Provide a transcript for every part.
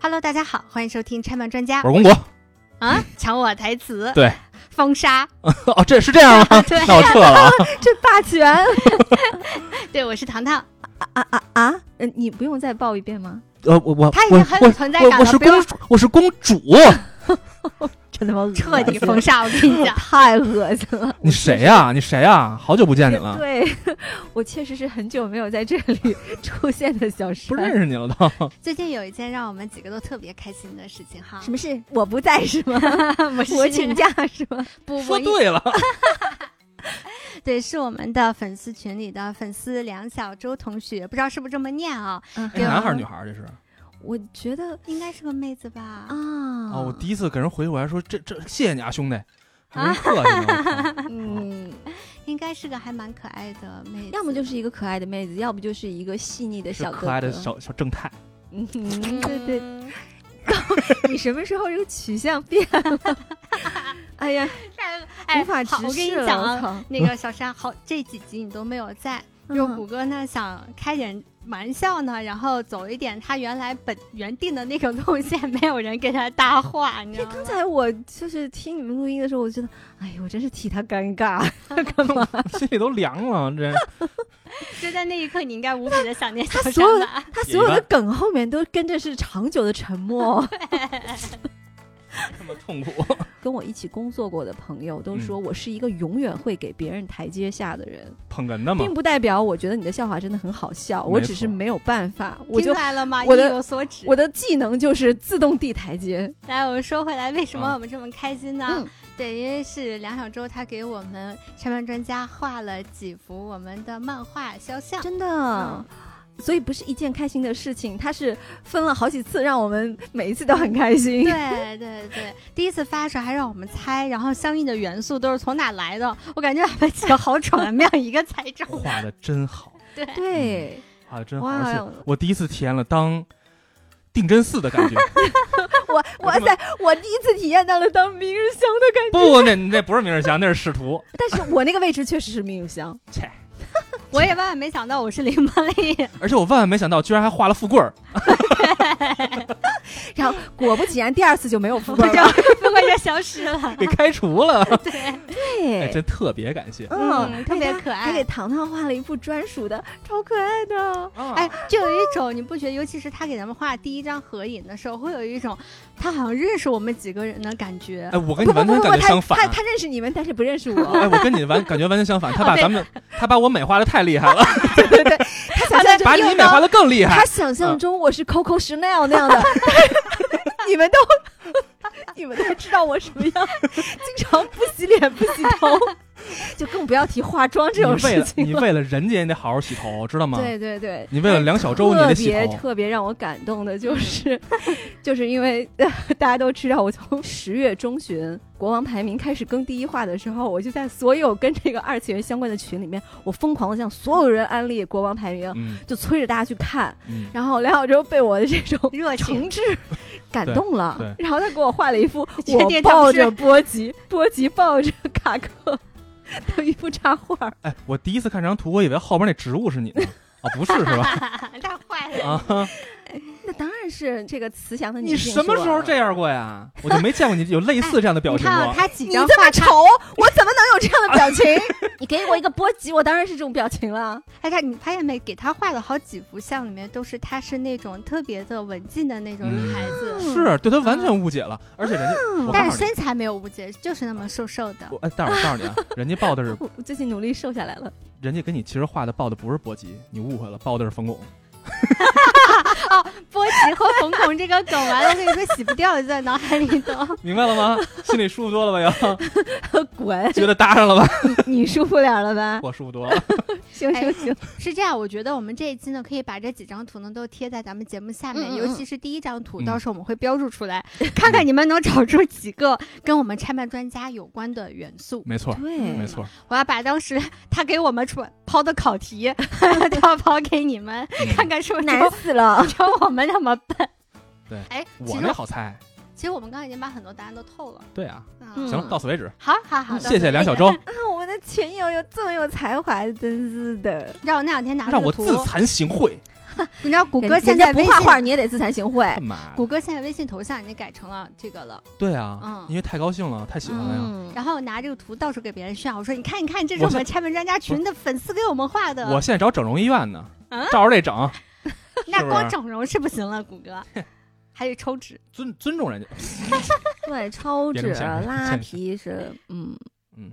Hello，大家好，欢迎收听拆漫专家我是。公国。 嗯啊，抢我台词，对，封杀，？哦，这是这样 吗对那我撤了啊。 这霸权对我是糖糖，啊啊啊！呃，你不用再报一 遍吗？呃，我我他已我经很有我存在我感我了是不要公主，我是公 主。真他妈恶心，彻底封，杀，我跟你讲 太恶心了。你谁呀、你谁呀、好久不见你了，对， 我确实是很久没有在这 里出现的小不帅。认识你了都。 最近有一件让我们几个都特别开心的事情哈什，么事？我不在是 吗？我我请假是 吗？不说我一对了，对，是我们的粉丝群里的粉丝梁小周同学，不知道是不是这么念啊？哎对男孩儿女孩儿这是？我觉得应该是个妹子吧？啊，嗯哦，我第一次给人回复，我还说这这谢谢你啊， 兄弟，还真客气呢。我啊靠嗯，应该是个还蛮可爱的妹子，要么就是一个可爱的妹子，要不就是一个细腻的是小哥哥。可爱的小小 正太，嗯哼，嗯对对， 你什么时候这个取向变了？ 哎呀，太哎无法好直我跟视你了。讲我啊，靠那个小山，好，这几集你都没有在。就嗯谷歌呢想开点玩笑呢，然后走一点他原来本原定的那个路线， 没有人给他搭话，你知道吗刚？才我就是听你们录音的时候，我觉得，哎呦，我真是替他尴尬，干嘛？心里都凉了。 这就在那一刻，你应该无比的想念小他所有山吧？他所有的梗后面都跟着是长久的沉默。这么痛苦，跟我一起工作过的朋友都说我是一个永远会给别人台阶下的人，捧哏的嘛并。不代表我觉得你的笑话真的很好笑，没我只是错没有办法，我听就出来了吗？意我的有所指。我的技能就是自动递台阶。来，我们说回来，为什么啊我们这么开心呢？嗯对，因为是梁小周他给我们山漫专家画了几幅我们的漫画肖像。真的。嗯所以不是一件开心的事情，它是分了好几次，让我们每一次都很开心。对对对，第一次发的时候还让我们猜，然后相应的元素都是从哪来的，我感觉我们几个好蠢，啊没有一个猜中。画的真好，对， 对，画的真好，哇而哦且我第一次体验了当定真寺 的感觉。 我哇塞，我第一次体验到了当明日香的感觉。 不，那那不是明日香，那是仕途。但是我那个位置确实是明日香，切，我也万万没想到我是林茉莉，而且我万万没想到，居然还画了富 贵儿。然后果不其然，第二次就没有富我贵就了。不过就消失了。 给开除了，对，哎，对，真特别感谢。嗯特别可爱还给糖糖画了一幅专属的，超可爱的。啊哎，就有一种你不觉得，尤其是他给咱们画第一张合影的时候，会有一种他好像认识我们几个人的感觉。哎，我跟不你不不完全感觉不，他相反啊他。他认识你们，但是不认识我。 哎，我跟你完感觉完全相 反，他哦把对咱们，他把我美化的太厉害了，他想象把中你又美化当，的更厉害他。想嗯象中我是 Coco Chanel 那样的， 你们都你们都知道我什么样， 经常不洗脸不洗头， 就更不要提化妆这种你为事了情你了。为了人家，你得好好洗头，知道吗？对对对，你为了梁小周，你特得洗别头。特别让我感动的就是， 就是因为 大家都知道，我从十月中旬国王排名开始更第一话的时候，我就在所有跟这个二次元相关的群里面，我疯狂的向所有人安利国王排名，嗯就催着大家去看。嗯，然后梁小周被我的这种热情 诚挚感动了，对然后他给我画了一幅确我定他不抱是着波吉，波吉抱着卡克的一幅插画儿。哎，我第一次看这张图，我以为后边那植物是你呢，啊，不是是吧？ 太坏了，啊，那当然是这个慈祥的你性什么说时候了这样过呀？我就没见过你有类似这样的表你情看过啊。他几啊哎你张这画么他，丑，我怎么能有这样的表情？ 你给我一个波及，我当然是这种表情了。哎，他你发现没？给他画了好几幅像，里面都是她是那种特别的文静的那种女孩子，是对他嗯完全误解了，而且人家，嗯我告但诉是你身材没有误解，就是那么瘦瘦的我。 哎，但是我告诉你啊，人家报的是我最近努力瘦下来了，人家给你其实画的报的不是搏击，你误会了，报的是冯巩。波奇和冯巩这个梗完了，跟你说洗不掉，就在脑海里头。明白了吗？心里舒服多了吧？又 滚！觉得搭上了吧？你舒服点了吧？我舒服多了。行行行，是这样，我觉得我们这一期呢，可以把这几张图呢都贴在咱们节目下面，嗯嗯嗯尤其是第一张图，嗯到时候我们会标注出 来，看看你们能找出几个跟我们拆漫专家有关的元素。没错，对没错。我要把当时 他给我们出抛的考题 都要抛给你们，看嗯看是不是难死了。只有我们那么笨。对哎，我其那实好猜。其实我们刚刚已经把很多答案都透了。对啊，嗯嗯行了，到此为止。好好好，谢谢梁小周，啊，我们的群友有这么有才华，真是的。让我那两天拿让到我图，自惭形秽。你知道谷歌人现人家在不微画信，画你也得自惭形秽。干嘛？谷歌现在微信头像已经改成了这个了，对啊，嗯因为太高兴了，太喜欢了呀。嗯，然后我拿这个图到处给别人炫耀，我说你看你看，这是我我们现拆门专家群的粉丝给我们画我的，现在找整容医院呢，啊照着这整，那是不光是整容是不行了，谷歌 还得抽脂。嗯尊尊重人家。对，超别指这么想拉皮是，嗯，嗯，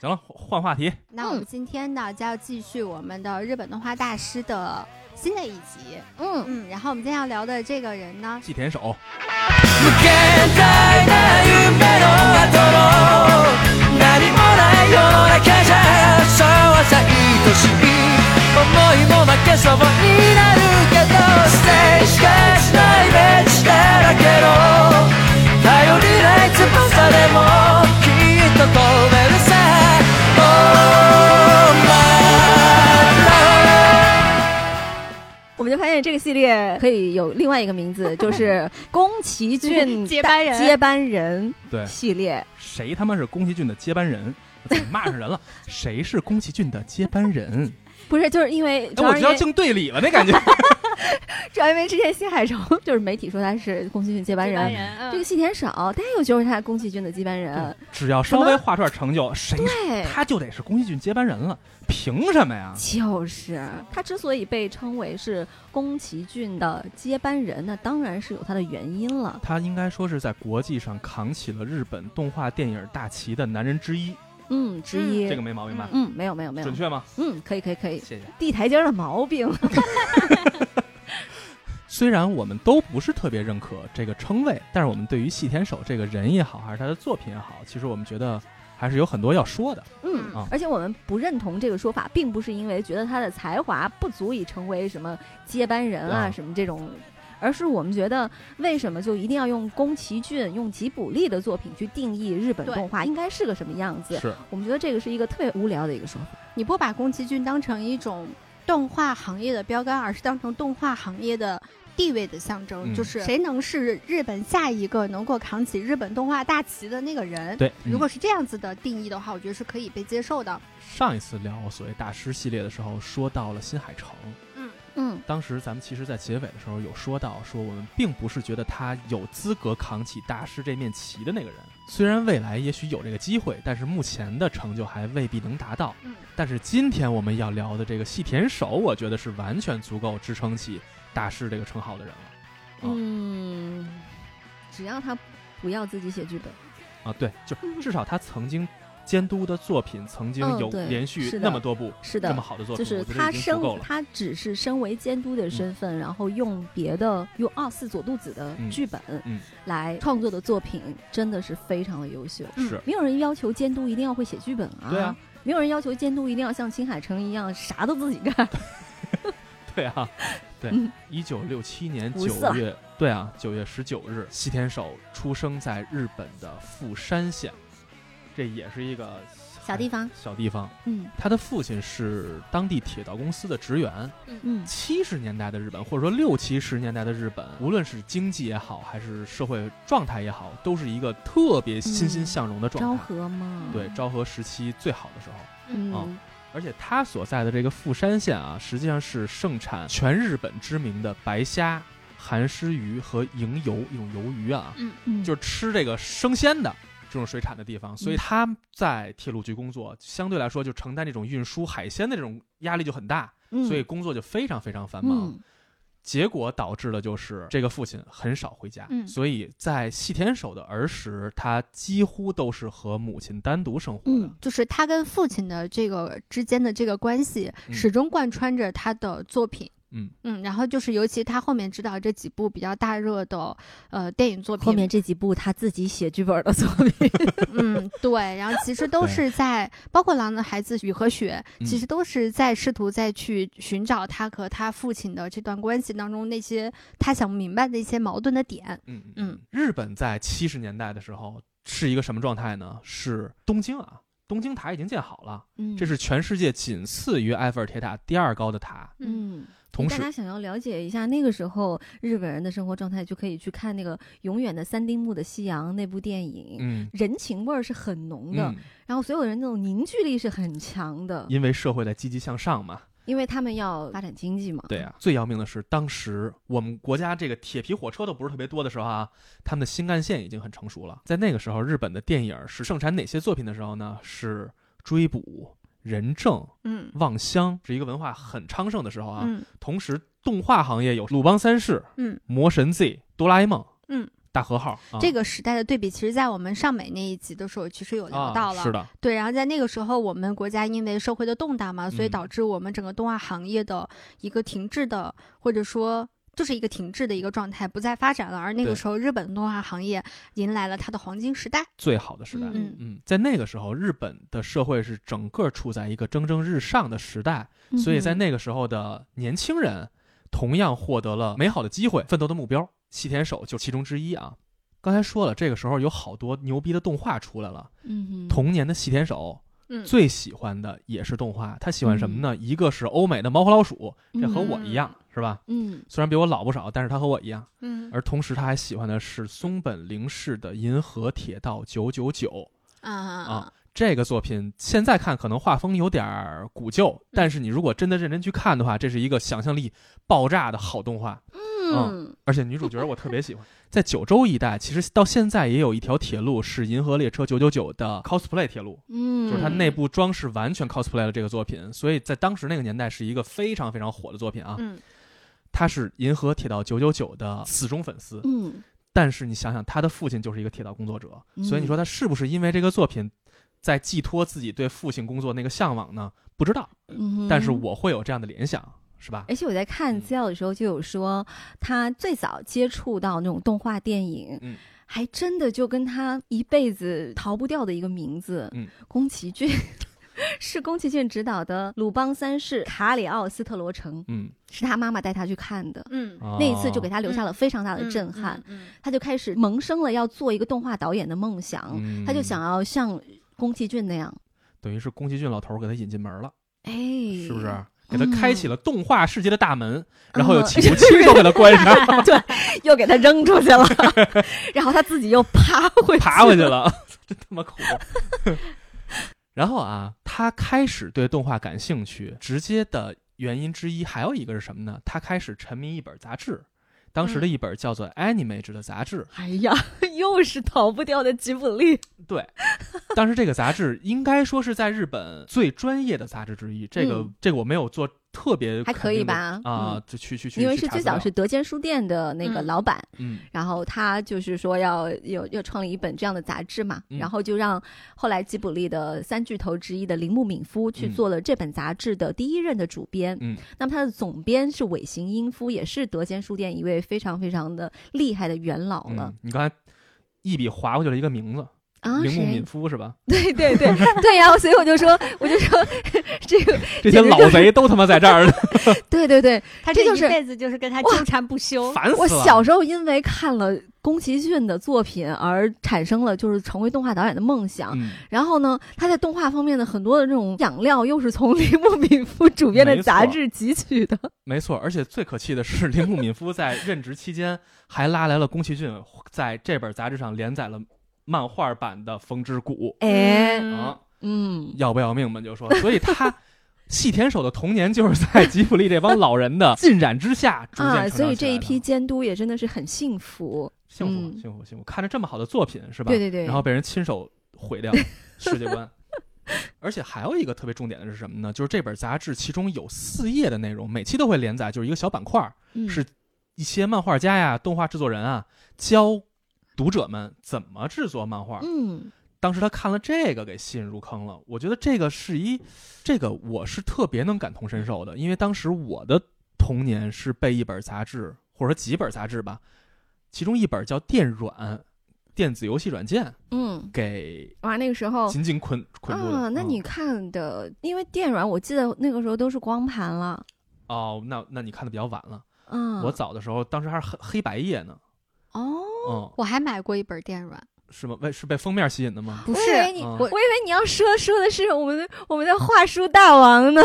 行了，换话题。那我们今天呢，就要继续我们的日本动画大师的新的一集。嗯，嗯，然后我们今天要聊的这个人呢，祭田手，無限大な夢の後の何もないような気じゃそうさ愛しい思いも負けそうになるけどステージがしないベンチだらけの頼りない翼でもきっと飛べるさ Oh my love 我们就发现这个系列可以有另外一个名字，就是宫崎骏接班人 接班人对系列。谁他妈是宫崎骏的接班人？ 我怎么骂上人了？谁是宫崎骏的接班人？不是，就是因为主哎，要我是知因道为敬队礼了，那 感觉。主要因为之前新海诚就是媒体说他是宫崎骏接班人，人嗯这个细田守大家又觉得他是宫崎骏的接班人，只要稍微画出点成就，谁对，他就得是宫崎骏接班人了，凭什么呀？就是他之所以被称为是宫崎骏的接班人，那当然是有他的原因了。他应该说是在国际上扛起了日本动画电影大旗的男人之一，嗯，之一，这个没毛病吧？嗯，没有没有没有准，确吗？嗯，可以可以可以，谢谢。地台阶儿的毛病， 虽然我们都不是特别认可这个称谓，但是我们对于细田守这个人也好，还是他的作品也好，其实我们觉得还是有很多要说的。嗯啊，而且我们不认同这个说法，并不是因为觉得他的才华不足以成为什么接班人啊啊什么这种。而是我们觉得，为什么就一定要用宫崎骏、用吉卜力的作品去定义日本对动画应该是个什么样子？是，我们觉得这个是一个特别无聊的一个说法。你不把宫崎骏当成一种动画行业的标杆，而是当成动画行业的地位的象征，嗯就是谁能是日本下一个能够扛起日本动画大旗的那个人。对。如果是这样子的定义的话，我觉得是可以被接受的。嗯上一次聊所谓大师系列的时候，说到了新海诚，嗯，当时咱们其实，在结尾的时候有说到，说我们并不是觉得他有资格扛起大师这面旗的那个人。虽然未来也许有这个机会，但是目前的成就还未必能达到。嗯但是今天我们要聊的这个细田守，我觉得是完全足够支撑起大师这个称号的人了嗯，只要他不要自己写剧本，啊！对，就至少他曾经监督的作品，曾经嗯有对连续是的那么多部是那的么，好的作就品，是我觉他得已经身足够了。嗯他只是身为监督的身份，然后用别的用奥斯佐杜子的嗯剧本嗯来创作的作品，真的是非常的优秀。是，没有人要求监督一定要会写剧本啊，对啊，没有人要求监督一定要像新海诚一样啥都自己 干。对啊，对嗯，一九六七年五九四了月，对啊，九月十九日，西田守出生在日本的富山县，这也是一个小地方小地方。嗯他的父亲是当地铁道公司的职员。嗯，七十年代的日本，或者说六七十年代的日本，无论是经济也好，还是社会状态也好，都是一个特别欣欣向荣的嗯昭状态。和嘛，对，昭和时期最好的时候。嗯哦而且他所在的这个富山县啊，实际上是盛产全日本知名的白虾、寒湿鱼和银鱿一种鱿鱼啊，嗯，就是吃这个生鲜的这种水产的地方。所以他在铁路局工作，相对来说就承担这种运输海鲜的这种压力就很大，嗯所以工作就非常非常繁忙。嗯结果导致的就是这个父亲很少回家，嗯所以在细田守的儿时，他几乎都是和母亲单独生活的。嗯就是他跟父亲的这个之间的这个关系，嗯始终贯穿着他的作品。嗯嗯，然后就是尤其他后面指导这几部比较大热的呃电影作品，后面这几部他自己写剧本的作 品，嗯，对，然后其实都对是在，包括《狼的孩子》雨和雪，其嗯实都是在试图再去寻找他和他父亲的这段关系当中那些他想明白的一些矛盾的点。嗯嗯嗯嗯，日本在七十年代的时候是一个什么状态呢？是东京啊，东京塔已经建好了，嗯这是全世界仅次于埃菲尔铁塔第二高的塔。嗯，嗯。同大时家，想要了解一下那个时候日本人的生活状态，就可以去看那个《永远的三丁目的夕阳》那部电影，嗯人情味儿是很浓的，嗯，然后所有人那种凝聚力是很强的。因为社会在积极向上嘛，因为他们要发展经济嘛。对啊，最要命的是，当时我们国家这个铁皮火车都不是特别多的时候啊，他们的新干线已经很成熟了。在那个时候，日本的电影是盛产哪些作品的时候呢？是追捕、人证、嗯望乡，是一个文化很昌盛的时候啊。嗯同时，动画行业有《鲁邦三世》、嗯，魔神 Z、哆啦 A 梦、嗯、大和号。啊、这个时代的对比，其实，在我们上美那一集的时候，其实有聊到了。啊、是的，对，然后在那个时候，我们国家因为社会的动荡嘛，所以嗯导致我们整个动画行业的一个停滞的，或者说就是一个停滞的一个状态，不再发展了。而那对个时候，日本动画行业迎来了它的黄金时代。最好的时代。嗯嗯，在那个时候，日本的社会是整个处在一个蒸蒸日上的时代，嗯所以在那个时候的年轻人同样获得了美好的机会、奋斗的目标。细田守就其中之一啊。刚才说了，这个时候有好多牛逼的动画出来了。嗯童年的细田守嗯，最喜欢的也是动画，他喜欢什么呢？一个是欧美的《猫和老鼠》，这和我一样，是吧？嗯虽然比我老不少，但是他和我一样。嗯而同时，他还喜欢的是松本零士的《银河铁道999》。啊啊，这个作品现在看可能画风有点儿古旧，但是你如果真的认真去看的话，这是一个想象力爆炸的好动画。嗯而且女主角我特别喜欢，在九州一带，其实到现在也有一条铁路是银河列车九九九的 cosplay 铁路，嗯，就是它内部装饰完全 cosplay 了这个作品，所以在当时那个年代是一个非常非常火的作品啊。嗯他是银河铁道九九九的死忠粉丝，嗯但是你想想，他的父亲就是一个铁道工作者，嗯所以你说他是不是因为这个作品，在寄托自己对父亲工作那个向往呢？不知道，嗯，哎但是我会有这样的联想，啊是吧？而且我在看嗯资料的时候就有说，他最早接触到那种动画电影，嗯还真的就跟他一辈子逃不掉的一个名字，嗯宫崎骏。 是宫崎骏执导的《鲁邦三世》，卡里奥斯特罗城嗯，是他妈妈带他去看的，嗯，那那一次就给他他留下了非常大的震撼，嗯，他就开始萌生了要做一个动画导演的梦啊想，嗯他就想要像宫崎骏那样，等于是宫崎骏老头儿给他引进门了，哎，是啊不是？给他开启了动画世界的大门，然后嗯又企图亲手给他关 上， 又给他扔出去了， 然后他自己又爬回爬回去了， 真他妈 苦。然后啊，他开始对动画感兴趣，直接的原因之一还有一个是什么呢？他开始沉迷一本杂志，当嗯时的一本叫做《Animage》的杂志。哎呀，又是逃不掉的吉卜力。对，当时这个杂志应该说是在日本最专业的杂志之一。这个、嗯这个我没有做特别还可以吧肯定的啊嗯，就去去去，因为去是查最资料早是德间书店的那个嗯老板，嗯然后他就是说要有要创立一本这样的杂志嘛，嗯然后就让后来吉卜力的三巨头之一的铃木敏夫去嗯做了这本杂志的第一任的主编。嗯那么他的总编是尾行英夫，也是德间书店一位非常非常的厉害的元老了嗯，、你刚才一笔划过去了一个名字，啊。铃木谁敏？夫是吧？ 对 对对对呀、所以我就说， 我就说这个这些简直老就是贼都他妈在这儿呢，对对对，他这这就是一辈子就是跟他纠缠不休。烦死了。 我小时候因为看了宫崎骏的作品而产生了就是成为动画导演的梦想。嗯，然后呢，他在动画方面的很多的这种养料，又是从铃木敏夫主编的杂志汲取的。没错，而且最可气的是，铃木敏夫在任职期间还拉来了宫崎骏，在这本杂志上连载了漫画版的《风之谷哎，嗯》啊，嗯，要不要命吧？你就说，所以他细田守的童年就是在吉卜力这帮老人 的浸染之下逐渐成啊，长起来的所以这一批监督也真的是很幸福。幸福嗯幸福幸福，看着这么好的作品是吧？对对对然后被人亲手毁 掉世界观。而且还有一个特别重点的是什么呢？就是这本杂志其中有四页的内容，每期都会连载，就是一个小板块儿，嗯，是一些漫画家呀、动画制作人啊，教读者们怎么制作漫画。嗯当时他看了这个，给吸引入坑了。我觉得这个是一，这个我是特别能感同身受的，因为当时我的童年是被一本杂志，或者说几本杂志吧，其中一本叫《电软》，电子游戏软件嗯，给哇，那个时候紧紧捆捆住了。哦嗯啊，那你看的，因为电软，我记得那个时候都是光盘了。嗯哦，那那你看的比较晚了。嗯，我早的时候，当时还是黑黑白页呢。哦，嗯，我还买过一本电软，是吗？为是被封面吸引的吗？不我是以为你，嗯我以为你要说说的是我们的我们的画书大王呢。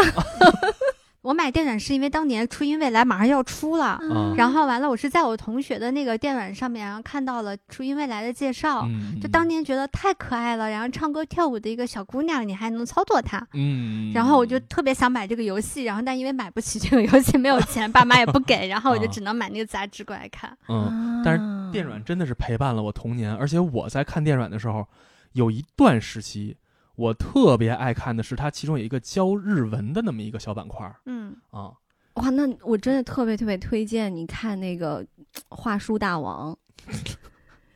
我买电软是因为当年初音未来马上要出了，嗯然后完了我是在我同学的那个电软上面，然后看到了初音未来的介绍，嗯，就当年觉得太可爱了，然后唱歌跳舞的一个小姑娘，你还能操作她。嗯，然后我就特别想买这个游戏，然后但因为买不起这个游戏，没有钱，爸妈也不给，然后我就 哦只能买那个杂志过来看。嗯，啊但是电软真的是陪伴了我童年，而且我在看电软的时候，有一段时期我特别爱看的是它其中有一个教日文的那么一个小板块儿嗯，啊，哇，那我真的特别特别推荐你看那个《画书大王》，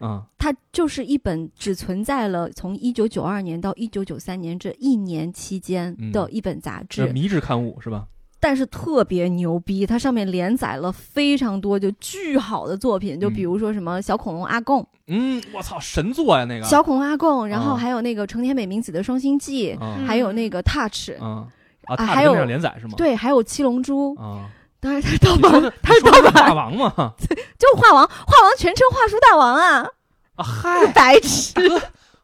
嗯它就是一本只存在了从一九九二年到一九九三年这一年期间嗯的一本杂志，这迷之刊物是吧？但是特别牛逼。它上面连载了非常多就巨好的作品，就比如说什么小恐龙阿贡、嗯，我操，神作呀那个，小恐龙阿贡，然后啊还有那个成田美明子的《双星记》嗯嗯还有那个 Touch，、嗯啊，啊它还跟有上连载是吗？对，还有七龙珠。啊，当 然，他是盗你说版，的他你是说盗的是版大，王嘛？就画王，画王全称画书大 王啊，啊 嗨，白痴。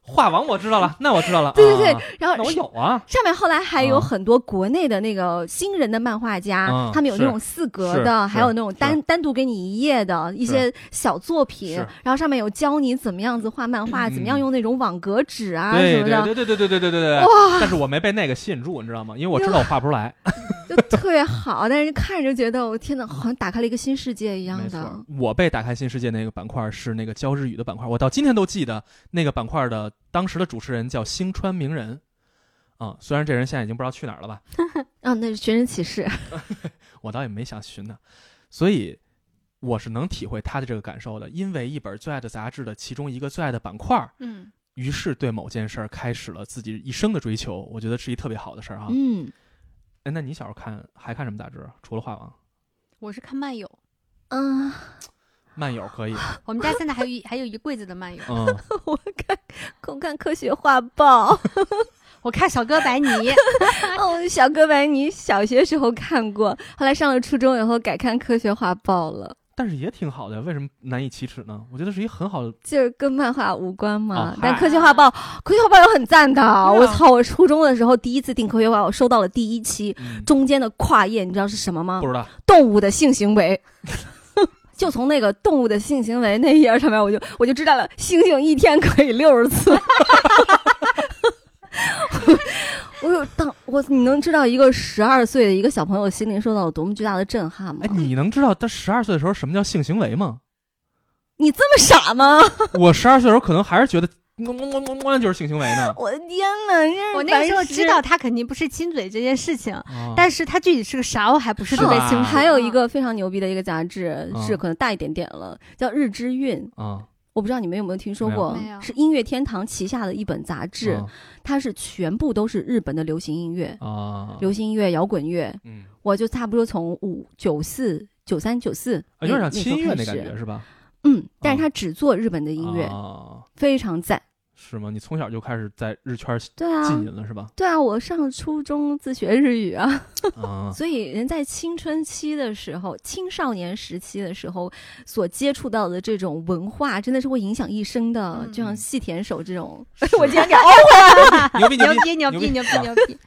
画王我知道了，那我知道了，对对对啊，然后那我有啊，上面后来还有啊很多国内的那个新人的漫画家，啊他们有是那种四格是的，是还有那种是单单独给你一页的一些小作品是，然后上面有教你怎么样子画漫画，嗯怎么样用那种网格纸啊什对么对的，对对对对对对对对，但是我没被那个吸引住，你知道吗？因为我知道我画不出来。就特别好。但是看着就觉得，我天呐，好像打开了一个新世界一样没的错。，我被打开新世界那个板块是那个教日语的板块，我到今天都记得那个板块的当时的主持人叫星川明人，啊、虽然这人现在已经不知道去哪儿了吧，啊，那是寻人启事。我倒也没想寻他，所以我是能体会他的这个感受的，因为一本最爱的杂志的其中一个最爱的板块，嗯，于是对某件事儿开始了自己一生的追求，我觉得是一特别好的事儿啊。嗯哎，那你小时候看还看什么杂志？除了画王、我是看漫友，嗯，漫友可以，我们家现在还有一还有一柜子的漫友，嗯， 我看空看科学画报。我看小哥白尼， 哦，小哥白尼小学时候看过，后来上了初中以后改看科学画报了，但是也挺好的，为什么难以启齿呢？我觉得是一很好的，就是跟漫画无关嘛。哦但嗨科学画报，科学画报有很赞的。啊我操！我初中的时候第一次订科学画报，我收到了第一期，嗯、中间的跨页你知道是什么吗不？知道。动物的性行为。 就从那个动物的性行为那一页上面，我就我就知道了，猩猩一天可以六十次。 我有当我你能知道一个十二岁的一个小朋友心灵受到了多么巨大的震撼吗哎，？你能知道他十二岁的时候什么叫性行为吗？你这么傻吗？我十二岁的时候可能还是觉得么么么么就是性行为呢。我的天哪！你这我那个时候白痴知道他肯定不是亲嘴这件事情，啊但是他具体是个啥我还不是特别是吧清楚。还有 一个非常牛逼的一个杂志，嗯是可能大一点点了，叫《日之韵》。啊，我不知道你们有没有听说过没有没，嗯有是音乐天堂旗下的一本杂志，它是全部都是日本的流行音乐，啊，流行音乐、摇滚乐，嗯，我就差不多从五九四、九三、九四，啊有点像轻音乐那那时候感开觉始是吧？嗯，但是它只做日本的音乐，啊，非常赞。是吗？你从小就开始在日圈浸对啊，淫了是吧？对啊，我上初中自学日语啊，啊，所以人在青春期的时候、青少年时期的时候所接触到的这种文化，真的是会影响一生的。嗯就像细田守这种，是 我竟然给哦，牛逼牛 逼！逼牛牛逼逼牛逼啊牛 逼！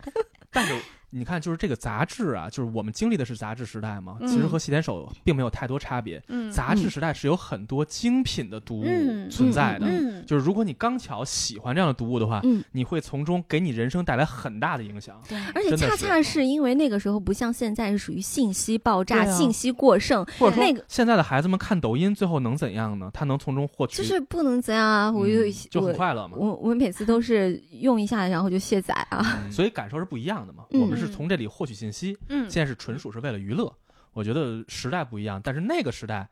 但是你看，就是这个杂志啊，就是我们经历的是杂志时代嘛，嗯其实和洗点手并没有太多差别。嗯杂志时代是有很多精品的读物嗯存在的，嗯，就是如果你刚巧喜欢这样的读物的话，嗯你会从中给你人生带来很大的影响。对，而且真的恰是啊恰是因为那个时候不像现在是属于信息爆炸、对啊信息过剩，或者哎那说个，现在的孩子们看抖音，最后能怎样呢？他能从中获取，就是不能怎样啊！嗯我就、就我很快乐嘛。我我每次都是用一下，然后就卸载啊。嗯所以感受是不一样的嘛。嗯我们是从这里获取信息，嗯现在是纯属是为了娱乐。我觉得时代不一样，但是那个时代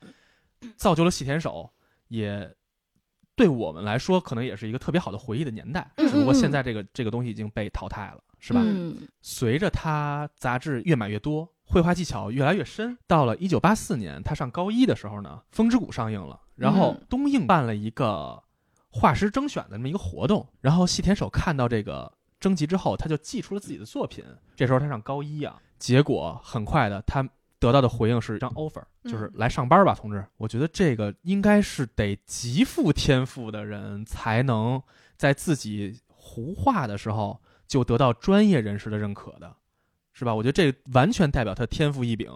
嗯造就了细田守，也对我们来说可能也是一个特别好的回忆的年代。嗯嗯只不过嗯现在这个这个东西已经被淘汰了，是吧？嗯随着他杂志越买越多，绘画技巧越来越深，到了一九八四年，他上高一的时候呢，《风之谷》上映了，然后嗯东映办了一个画师征选的这么一个活动，然后细田守看到这个征集之后，他就寄出了自己的作品。这时候他上高一啊，结果很快的他。得到的回应是一张 offer，就是嗯来上班吧，同志。我觉得这个应该是得极富天赋的人才能在自己胡画的时候就得到专业人士的认可的。是吧？我觉得这完全代表他天赋异禀。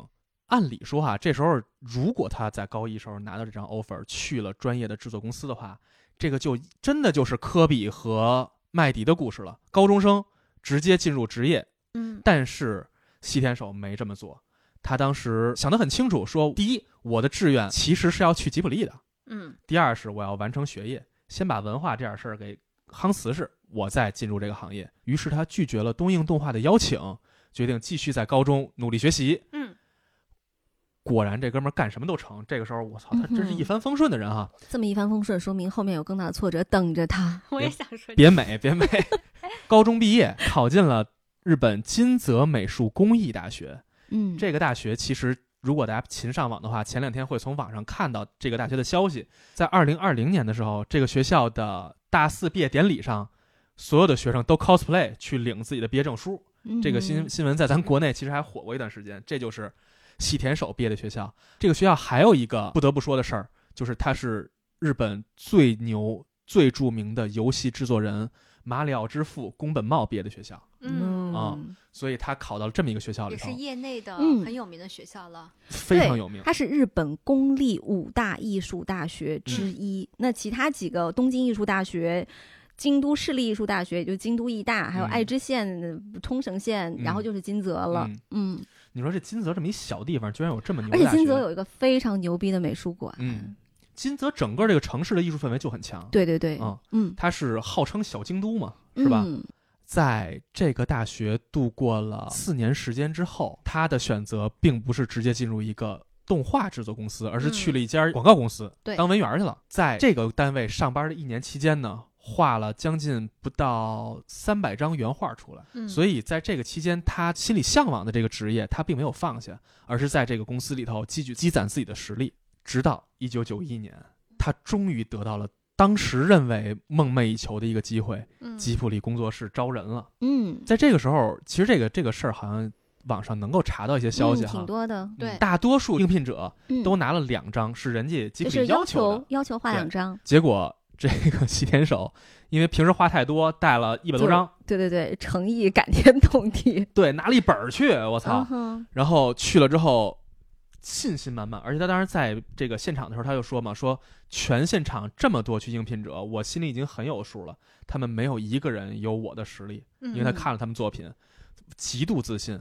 按理说哈、这时候如果他在高一时候拿到这张 offer 去了专业的制作公司的话，这个就真的就是科比和麦迪的故事了。高中生直接进入职业，嗯但是西天手没这么做，他当时想得很清楚，说第一，我的志愿其实是要去吉卜力的；嗯第二是我要完成学业，先把文化这点事儿给夯实实，我再进入这个行业。于是他拒绝了东映动画的邀请，决定继续在高中努力学习。嗯，果然，这哥们儿干什么都成。这个时候，我操，他真是嗯哼一帆风顺的人啊哈！这么一帆风顺，说明后面有更大的挫折等着他。我也想说这别美，别美。 高中毕业，考进了日本金泽美术工艺大学。嗯，这个大学其实，如果大家勤上网的话，前两天会从网上看到这个大学的消息。在二零二零年的时候，这个学校的大四毕业典礼上，所有的学生都 cosplay 去领自己的毕业证书。嗯这个新新闻在咱国内其实还火过一段时间。这就是细田守毕业的学校。这个学校还有一个不得不说的事儿，就是它是日本最牛、最著名的游戏制作人马里奥之父宫本茂毕业的学校，嗯，嗯啊所以他考到了这嗯么一个学校里也是头，业内的嗯很有名的学校了。非常对有名。它是日本公立五大艺术大嗯学之一。那其他几个东京艺术大学、京都市立艺术大学，也就京都艺大，还有嗯爱知县、冲绳县，然后就是金泽了。嗯，你说这金泽这么一小地方，居然有这么牛的而且大学？金泽有一个非常牛逼的美术馆。嗯，金泽整个这个城市的艺术氛围就很强，对对对，嗯嗯，它是号称小京都嘛，是吧？嗯在这个大学度过了四年时间之后，他的选择并不是直接进入一个动画制作公司，而是嗯去了一家广告公司、对当文员儿去了。在这个单位上班的一年期间呢，画了将近不到三百张原画出来。嗯，所以在这个期间，他心里向往的这个职业，他并没有放下，而是在这个公司里头积聚积攒自己的实力，直到一九九一年，他终于得到了当时认为梦寐以求的一个机会，以吉普力工作室招人了。嗯，在这个时候，其实这个这个事儿好像网上能够查到一些消息嗯哈挺，多的，嗯对大多数应聘者嗯都拿了两张，是人家吉就普是力要求的。要求画对两张，结果这个 西田守因为平时画太多，带了一百多对张，对对对，诚意感天动地。对，拿了一本儿去，我 操！嗯哼，然后去了之后，信心满满。而且他当时在这个现场的时候，他就说嘛，说全现场这么多去应聘者，我心里已经很有数了，他们没有一个人有我的实力，因因为他看了他们作品，极度自信。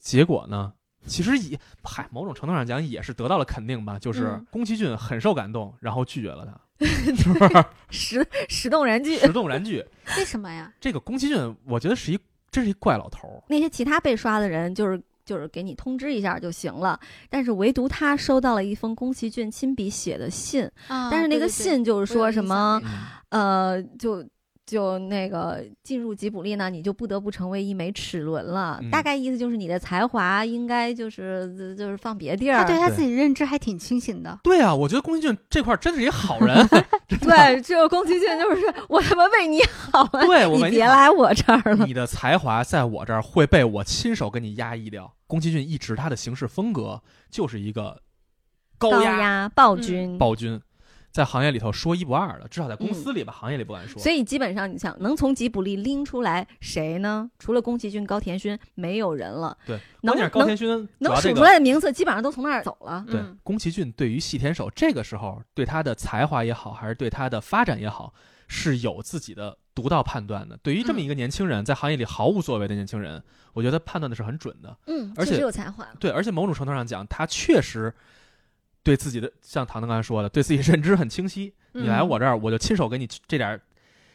结果呢？其实也，嗨，某种程度上讲也是得到了肯定吧，就是嗯宫崎骏很受感动，然后拒绝了他，是不是？石石动燃具，石动燃具，为什么呀？这个宫崎骏，我觉得是一，真是一怪老头儿。那些其他被刷的人就是就是给你通知一下就行了，但是唯独他收到了一封宫崎骏亲笔写的信，啊但是那对个对对信就是我有说印什象么那嗯呃就。就那个进入吉卜力呢，你就不得不成为一枚齿轮了。嗯大概意思就是你的才华应该就是就是放别地儿。他啊对他对自己认知还挺清醒的。对啊，我觉得宫崎骏这块儿真是一好人， 对，只有宫崎骏就是我他妈为你好啊，对我你为你别好来我这儿了。你的才华在我这儿会被我亲手跟你压抑掉。宫崎骏一直他的行事风格就是一个高压暴嗯君，暴君，在行业里头说一不二的，至少在公司里吧，行业里不敢说。嗯所以基本上你想能从吉卜力拎出来谁呢？除了宫崎骏、高田勋，没有人了。对，能关键是高能田勋主能要这数出个。来的名字，基本上都从那儿走了。对嗯，宫崎骏对于细田守这个时候对他的才华也好，还是对他的发展也好，是有自己的独到判断的。对于这嗯么一个年轻人，在行业里毫无作为的年轻人，我觉得判断的是很准的。嗯，而确且实有才华。对，而且某种程度上讲，他确实对自己的，像唐唐刚才说的，对自己认知很清晰。嗯你来我这儿，我就亲手给你这点儿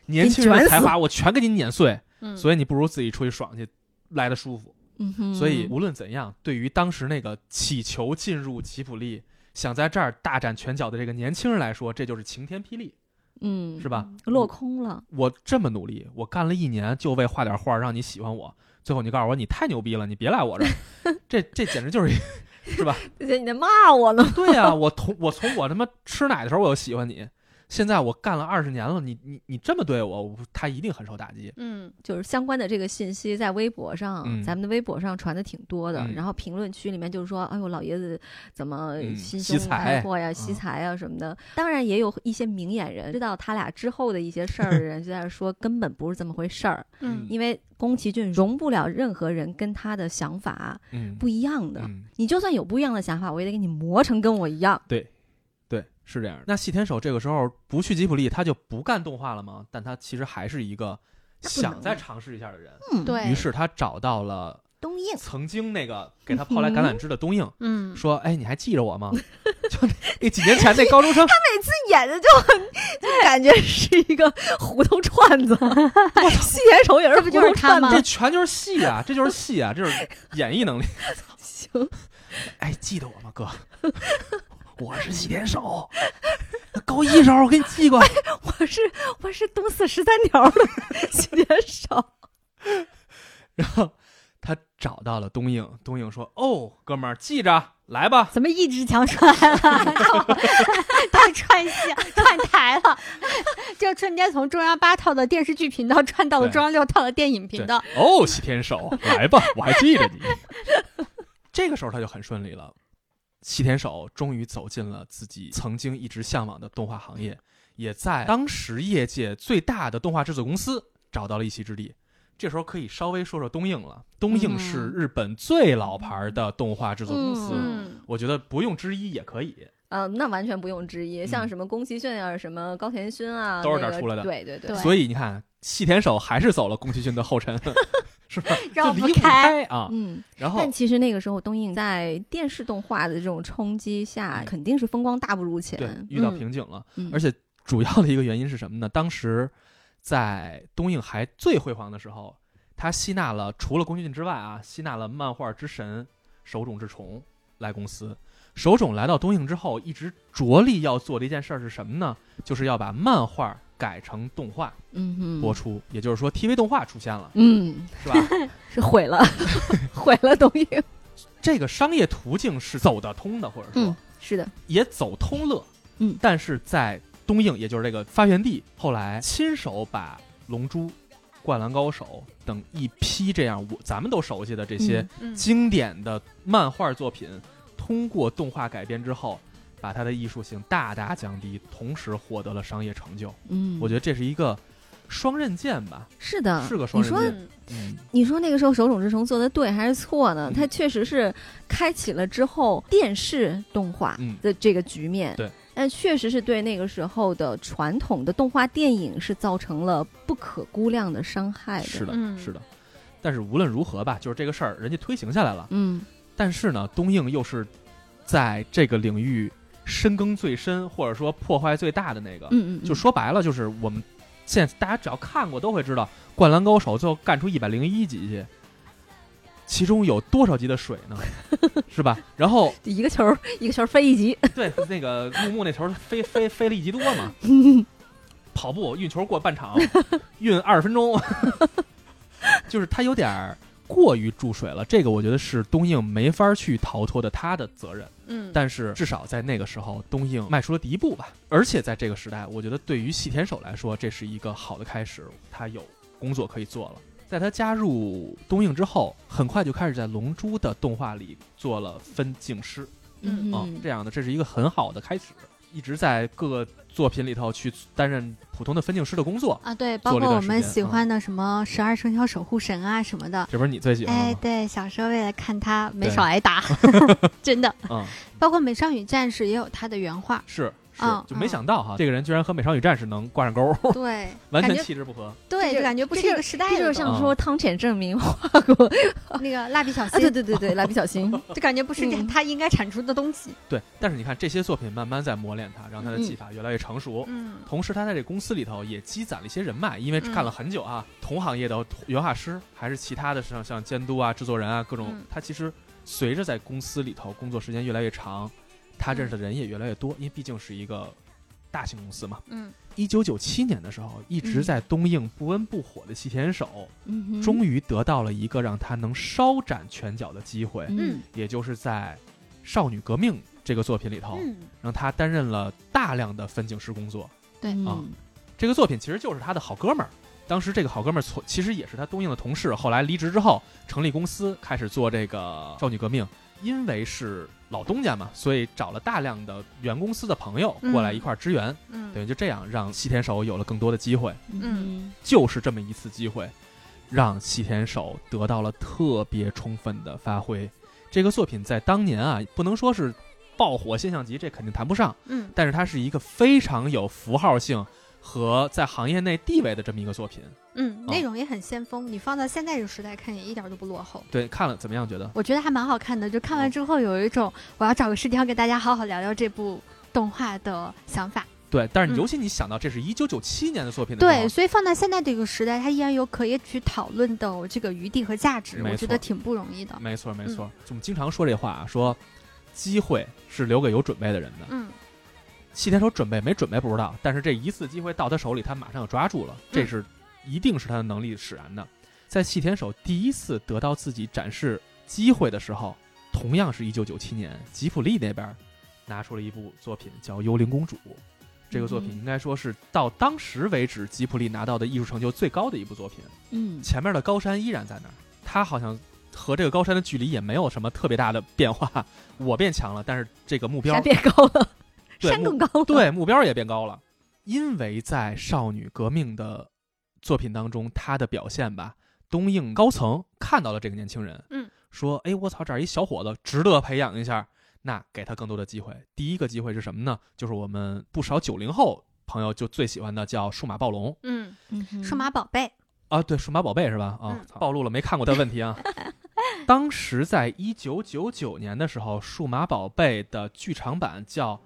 年轻人的才华，我全给你碾碎。嗯，所以你不如自己出去爽去，来的舒服。嗯哼所以无论怎样，对于当时那个祈求进入吉普力。想在这儿大展拳脚的这个年轻人来说，这就是晴天霹雳，嗯，是吧？落空了。我这么努力，我干了一年，就为画点画让你喜欢我，最后你告诉我你太牛逼了，你别来我这儿， 这这简直就是一，是吧？姐，你在骂我呢？ 对呀、我从我从我他妈吃奶的时候我就喜欢你，现在我干了二十年了，你你你这么对我，我他一定很受打击。嗯，就是相关的这个信息在微博上，嗯咱们的微博上传的挺多的。嗯然后评论区里面就是说，哎呦，老爷子怎么嗯心惜啊胸才开阔呀、惜才呀、什么的。当然也有一些明眼人知道他俩之后的一些事 儿的人，就在说根本不是这么回事儿，嗯因为宫崎骏容不了任何人跟他的想法嗯，不一样的。嗯，你就算有不一样的想法，我也得给你磨成跟我一样。对，是这样的。那细田守这个时候不去吉卜力，他就不干动画了吗？但他其实还是一个不能啊想再尝试一下的人。嗯，，对，于是他找到了东映曾经那个给他抛来橄榄枝的东映，嗯，说：“哎，你还记着我 吗？就那那几年前那高中生，演的就很，就感觉是一个胡同串 子。戏言手也是这不胡就是同他串吗子这。全就是戏啊，这就是戏啊，这就是演绎能力。行，哎，记得我吗，哥？ 我是细田守，高一时候我给你寄过来。 我是我是东四十三条 的洗脸手。然后他找到了东映，东映说：‘哦，哥们儿，记着，来吧。’怎么一直强串 啊？他串 戏串台了， 这瞬间从中央八套的电视剧频道串到了对中央六套的电影频道。哦，西天守，来吧，我还记着你。这个时候他就很顺利了，西天守终于走进了自己曾经一直向往的动画行业，也在当时业界最大的动画制作公司找到了一席之地。这时候可以稍微说说东映了，东映是日本最老牌的动画制作公司，嗯我觉得不用之一也可以。呃，那完全不用质疑，像嗯什么宫崎骏啊，什么高田勋啊，都是这那儿个出来的对对对对所以你看，西天守还是走了宫崎骏的后尘， 是吧？绕就不离不开开啊。嗯，然后但其实那个时候东映在电视动画的这种冲击下嗯，肯定是风光大不如前。对遇到嗯瓶颈了，嗯而且主要的一个原因是什么呢？当时在东映还最辉煌的时候，他吸纳了除了宫崎骏之外啊，吸纳了漫画之神手冢治虫来公司。手冢来到东映之后，一直着力要做的一件事儿是什么呢？就是要把漫画改成动画嗯哼播出，也就是说 TV 动画出现了，嗯是吧？ 是毁 了，毁了东映。这个商业途径是走得通的，或者说、嗯，是的，也走通乐，嗯但是在东映，也就是这个发源地，后来亲手把《龙珠》《灌篮高手》等一批这样我咱们都熟悉的这些嗯经典的漫画作品，通过动画改编之后，把它的艺术性大大降低，同时获得了商业成就。嗯，我觉得这是一个双刃剑吧，是的，是个双你刃说剑嗯嗯，你说那个时候手冢治虫做的对还是错呢嗯？他确实是开启了之后电视动画嗯的这个局面，对，但确实是对那个时候的传统的动画电影是造成了不可估量的伤害的。是的，嗯是的。但是无论如何吧，就是这个事儿，人家推行下来了。嗯但是呢，东映又是在这个领域深耕最深，或者说破坏最大的那个。嗯嗯，啊就说白了，就是我们现在大家只要看过都会知道，《灌篮高手》最后干出一百零一集去，其中有多少集的水 呢？是吧？然后一个球儿一个球儿飞一级，对那个木木那头飞飞飞了一集多嘛，跑步运球过半场，运二十分钟， 就是他有点儿过于注水了。这个我觉得是东映没法儿去逃脱的他的责任。嗯，但是至少在那个时候，东映迈出了第一步吧。而且在这个时代，我觉得对于细田守来说，这是一个好的开始，他有工作可以做了。在他加入东映之后，很快就开始在《龙珠》的动画里做了分镜师嗯啊、这样的，这是一个很好的开始。一直在各个作品里头去担任普通的分镜师的工作，啊，对，包做了一括段我时们间喜嗯欢的什么十二生肖守护神啊什么的。这不是你最喜欢哎的，吗？对，小时候为了看他没对少挨 打，真的。嗯，，包括《美少女战士》也有他的原画是是嗯，就没想到哈，这个人居然和美少女战士能挂上钩 儿，对，完感全觉气质不合。对，这就就感觉不这是一就个时代这就的是东像像啊说汤浅证明画过 西。那个蜡笔小 啊，对新，对对对，蜡笔小新，就感觉不是嗯他应该产出的东西。对，但是你看这些作品慢慢在磨练他，让他的嗯技法越来越成熟。嗯同时，他在这公司里头也积攒了一些人脉，因为嗯干了很久啊，同行业的原画师还是其他的像像监督啊、制作人啊各种，嗯他其实随着在公司里头工作时间越来越长，他认识的人也越来越嗯多，因为毕竟是一个大型公司嘛。嗯，一九九七年的时候，一直嗯在东映不温不火的细田守，嗯哼终于得到了一个让他能稍展拳脚的机会，嗯也就是在《少女革命》这个作品里头，嗯，让他担任了大量的分镜师工作。对嗯啊这个作品其实就是他的好哥们儿。当时这个好哥们儿从其实也是他东映的同事，后来离职之后成立公司，开始做这个少女革命。因为是老东家嘛，所以找了大量的原公司的朋友过来一块儿支援，嗯等于就这样让西田守有了更多的机会。嗯就是这么一次机会，让西田守得到了特别充分的发挥。这个作品在当年啊，不能说是爆火现象级，这肯定谈不上，嗯但是它是一个非常有符号性和在行业内地位的这么一个作品。哦嗯，那种也很先锋，你放到现在这个时代看，也一点都不落后。对，看了怎么样？觉得我觉得还蛮好看的。就哦看完之后有一种我要找个时间要跟大家好好聊聊这部动画的想法。对，但是嗯尤其你想到这是一九九七年的作品的时候，对，所以放到现在这个时代，它依然有可以去讨论的这个余地和价值，没我觉得错挺不容易的。没错没错。我们经常说这话啊，说机会是留给有准备的人的。嗯西田守准备没准备不知道，但是这一次机会到他手里，他马上就抓住了，这是一定是他的能力使然的。在细田守第一次得到自己展示机会的时候，同样是一九九七年，吉卜力那边拿出了一部作品叫《幽灵公主》，这个作品嗯应该说是到当时为止吉卜力拿到的艺术成就最高的一部作品。嗯前面的高山依然在那儿，他好像和这个高山的距离也没有什么特别大的变化。我变强了，但是这个目标山变高了，对山目更高 了，对，目标也变高了，因为在少女革命的作品当中，她的表现吧，东映高层看到了这个年轻人，嗯，说，哎，我操，这儿一小伙子值得培养一下，那给他更多的机会。第一个机会是什么呢？就是我们不少九零后朋友就最喜欢的叫数码暴龙嗯，嗯数码宝贝，啊，对，数码宝贝是吧？啊嗯，暴露了没看过的问 题啊。当时在一九九九年的时候，数码宝贝的剧场版叫《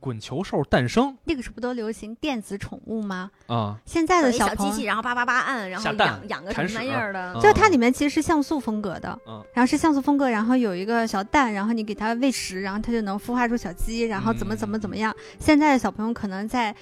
滚球兽诞生那个时候不都流行电子宠物吗？》啊，现在有的一小朋机器，友，然后叭叭叭按，然下后蛋养养个什铲么屎玩意儿的嗯，就是它里面其实是像素风格的，嗯然后是像素风格，然后有一个小蛋，然后你给它喂食，然后它就能孵化出小鸡，然后怎么怎么怎么样。现在的小朋友可能在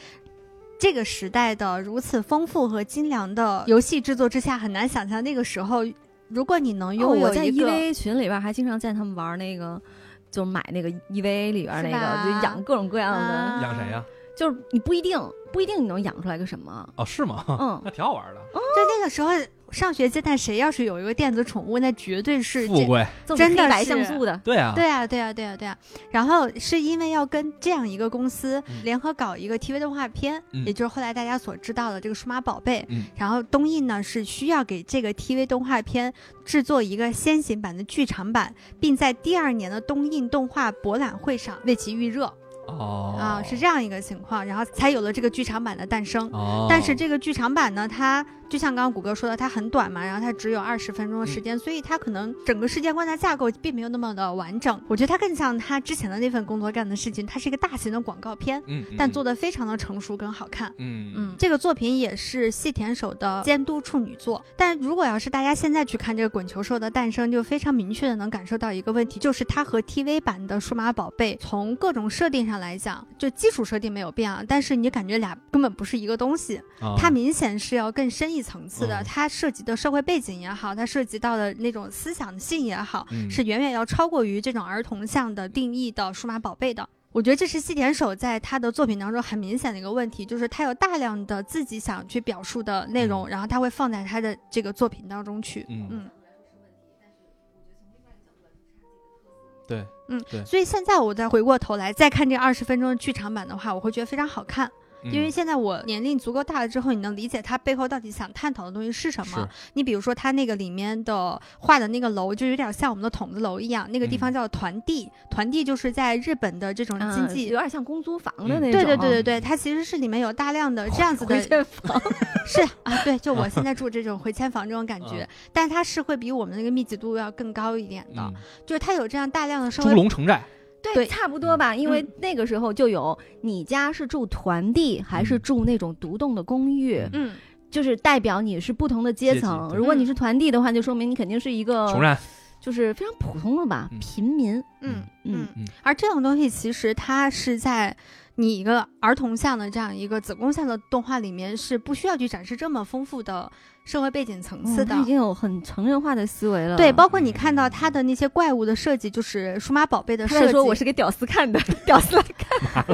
这个时代的如此丰富和精良的游戏制作之下，很难想象那个时候，如果你能哦，拥我有在一个， EVA 群里边还经常见他们玩那个，就是买那个 EVA 里边那是吧个，就养各种各样的，啊养谁呀、就是你不一定不一定你能养出来个什么，哦，是吗？ 嗯那挺好玩的，就那个时候上学阶段，谁要是有一个电子宠物，那绝对是富这贵，这种真的黑白是像素的，对啊，对啊，对啊，对啊，对啊。然后是因为要跟这样一个公司嗯联合搞一个 TV 动画片，嗯也就是后来大家所知道的这个《数码宝贝》。嗯然后东映呢是需要给这个 TV 动画片制作一个先行版的剧场版，并在第二年的东映动画博览会上为其预热、哦啊，是这样一个情况，然后才有了这个剧场版的诞生。哦，但是这个剧场版呢，它就像刚刚谷歌说的，它很短嘛，然后它只有二十分钟的时嗯间，所以它可能整个世界观的架构并没有那么的完整。我觉得它更像他之前的那份工作干的事情，它是一个大型的广告片，嗯，嗯但做的非常的成熟跟好看。嗯嗯嗯，这个作品也是细田守的监督处女作，但如果要是大家现在去看这个《滚球兽的诞生》，就非常明确的能感受到一个问题，就是它和 TV 版的《数码宝贝》从各种设定上来讲，就基础设定没有变啊，但是你感觉俩根本不是一个东西。啊它明显是要更深一层次的，嗯它涉及的社会背景也好，它涉及到的那种思想性也好，嗯是远远要超过于这种儿童向的定义的数码宝贝的。我觉得这是细田守在他的作品当中很明显的一个问题，就是他有大量的自己想去表述的内容，然后他会放在他的这个作品当中去。嗯嗯对，对嗯所以现在我再回过头来再看这二十分钟的剧场版的话，我会觉得非常好看，因为嗯现在我年龄足够大了之后，你能理解他背后到底想探讨的东西是什么。是你比如说，它那个里面的画的那个楼，就有点像我们的筒子楼一样，那个地方嗯叫团地，团地就是在日本的这种嗯经济。有点像公租房的嗯那种，对啊对对对对，它其实是里面有大量哦的这样子的回，迁房，是啊，对，就我 现在住这种回迁房这种感觉嗯，但它是会比我们那个密集度要更高一点的嗯，就是它有这样大量的社猪会，笼城寨，对对差不多吧，因为嗯那个时候就有你家是住团地还是嗯住那种独栋的公寓，嗯嗯，就是代表你是不同的阶阶级层。对如果你嗯是团地的话，就说明你肯定是一个呃穷人，就是非常普通的吧，嗯平民。嗯嗯嗯嗯，而这种东西其实它是在你一个儿童向的这样一个子宫向的动画里面是不需要去展示这么丰富的社会背景嗯层次的嗯他已。经嗯有很成人化的思维了。对，包括你看到它的那些怪物的设计，就是数码宝贝的他设在 计。说我是给屌丝看的，屌丝来看。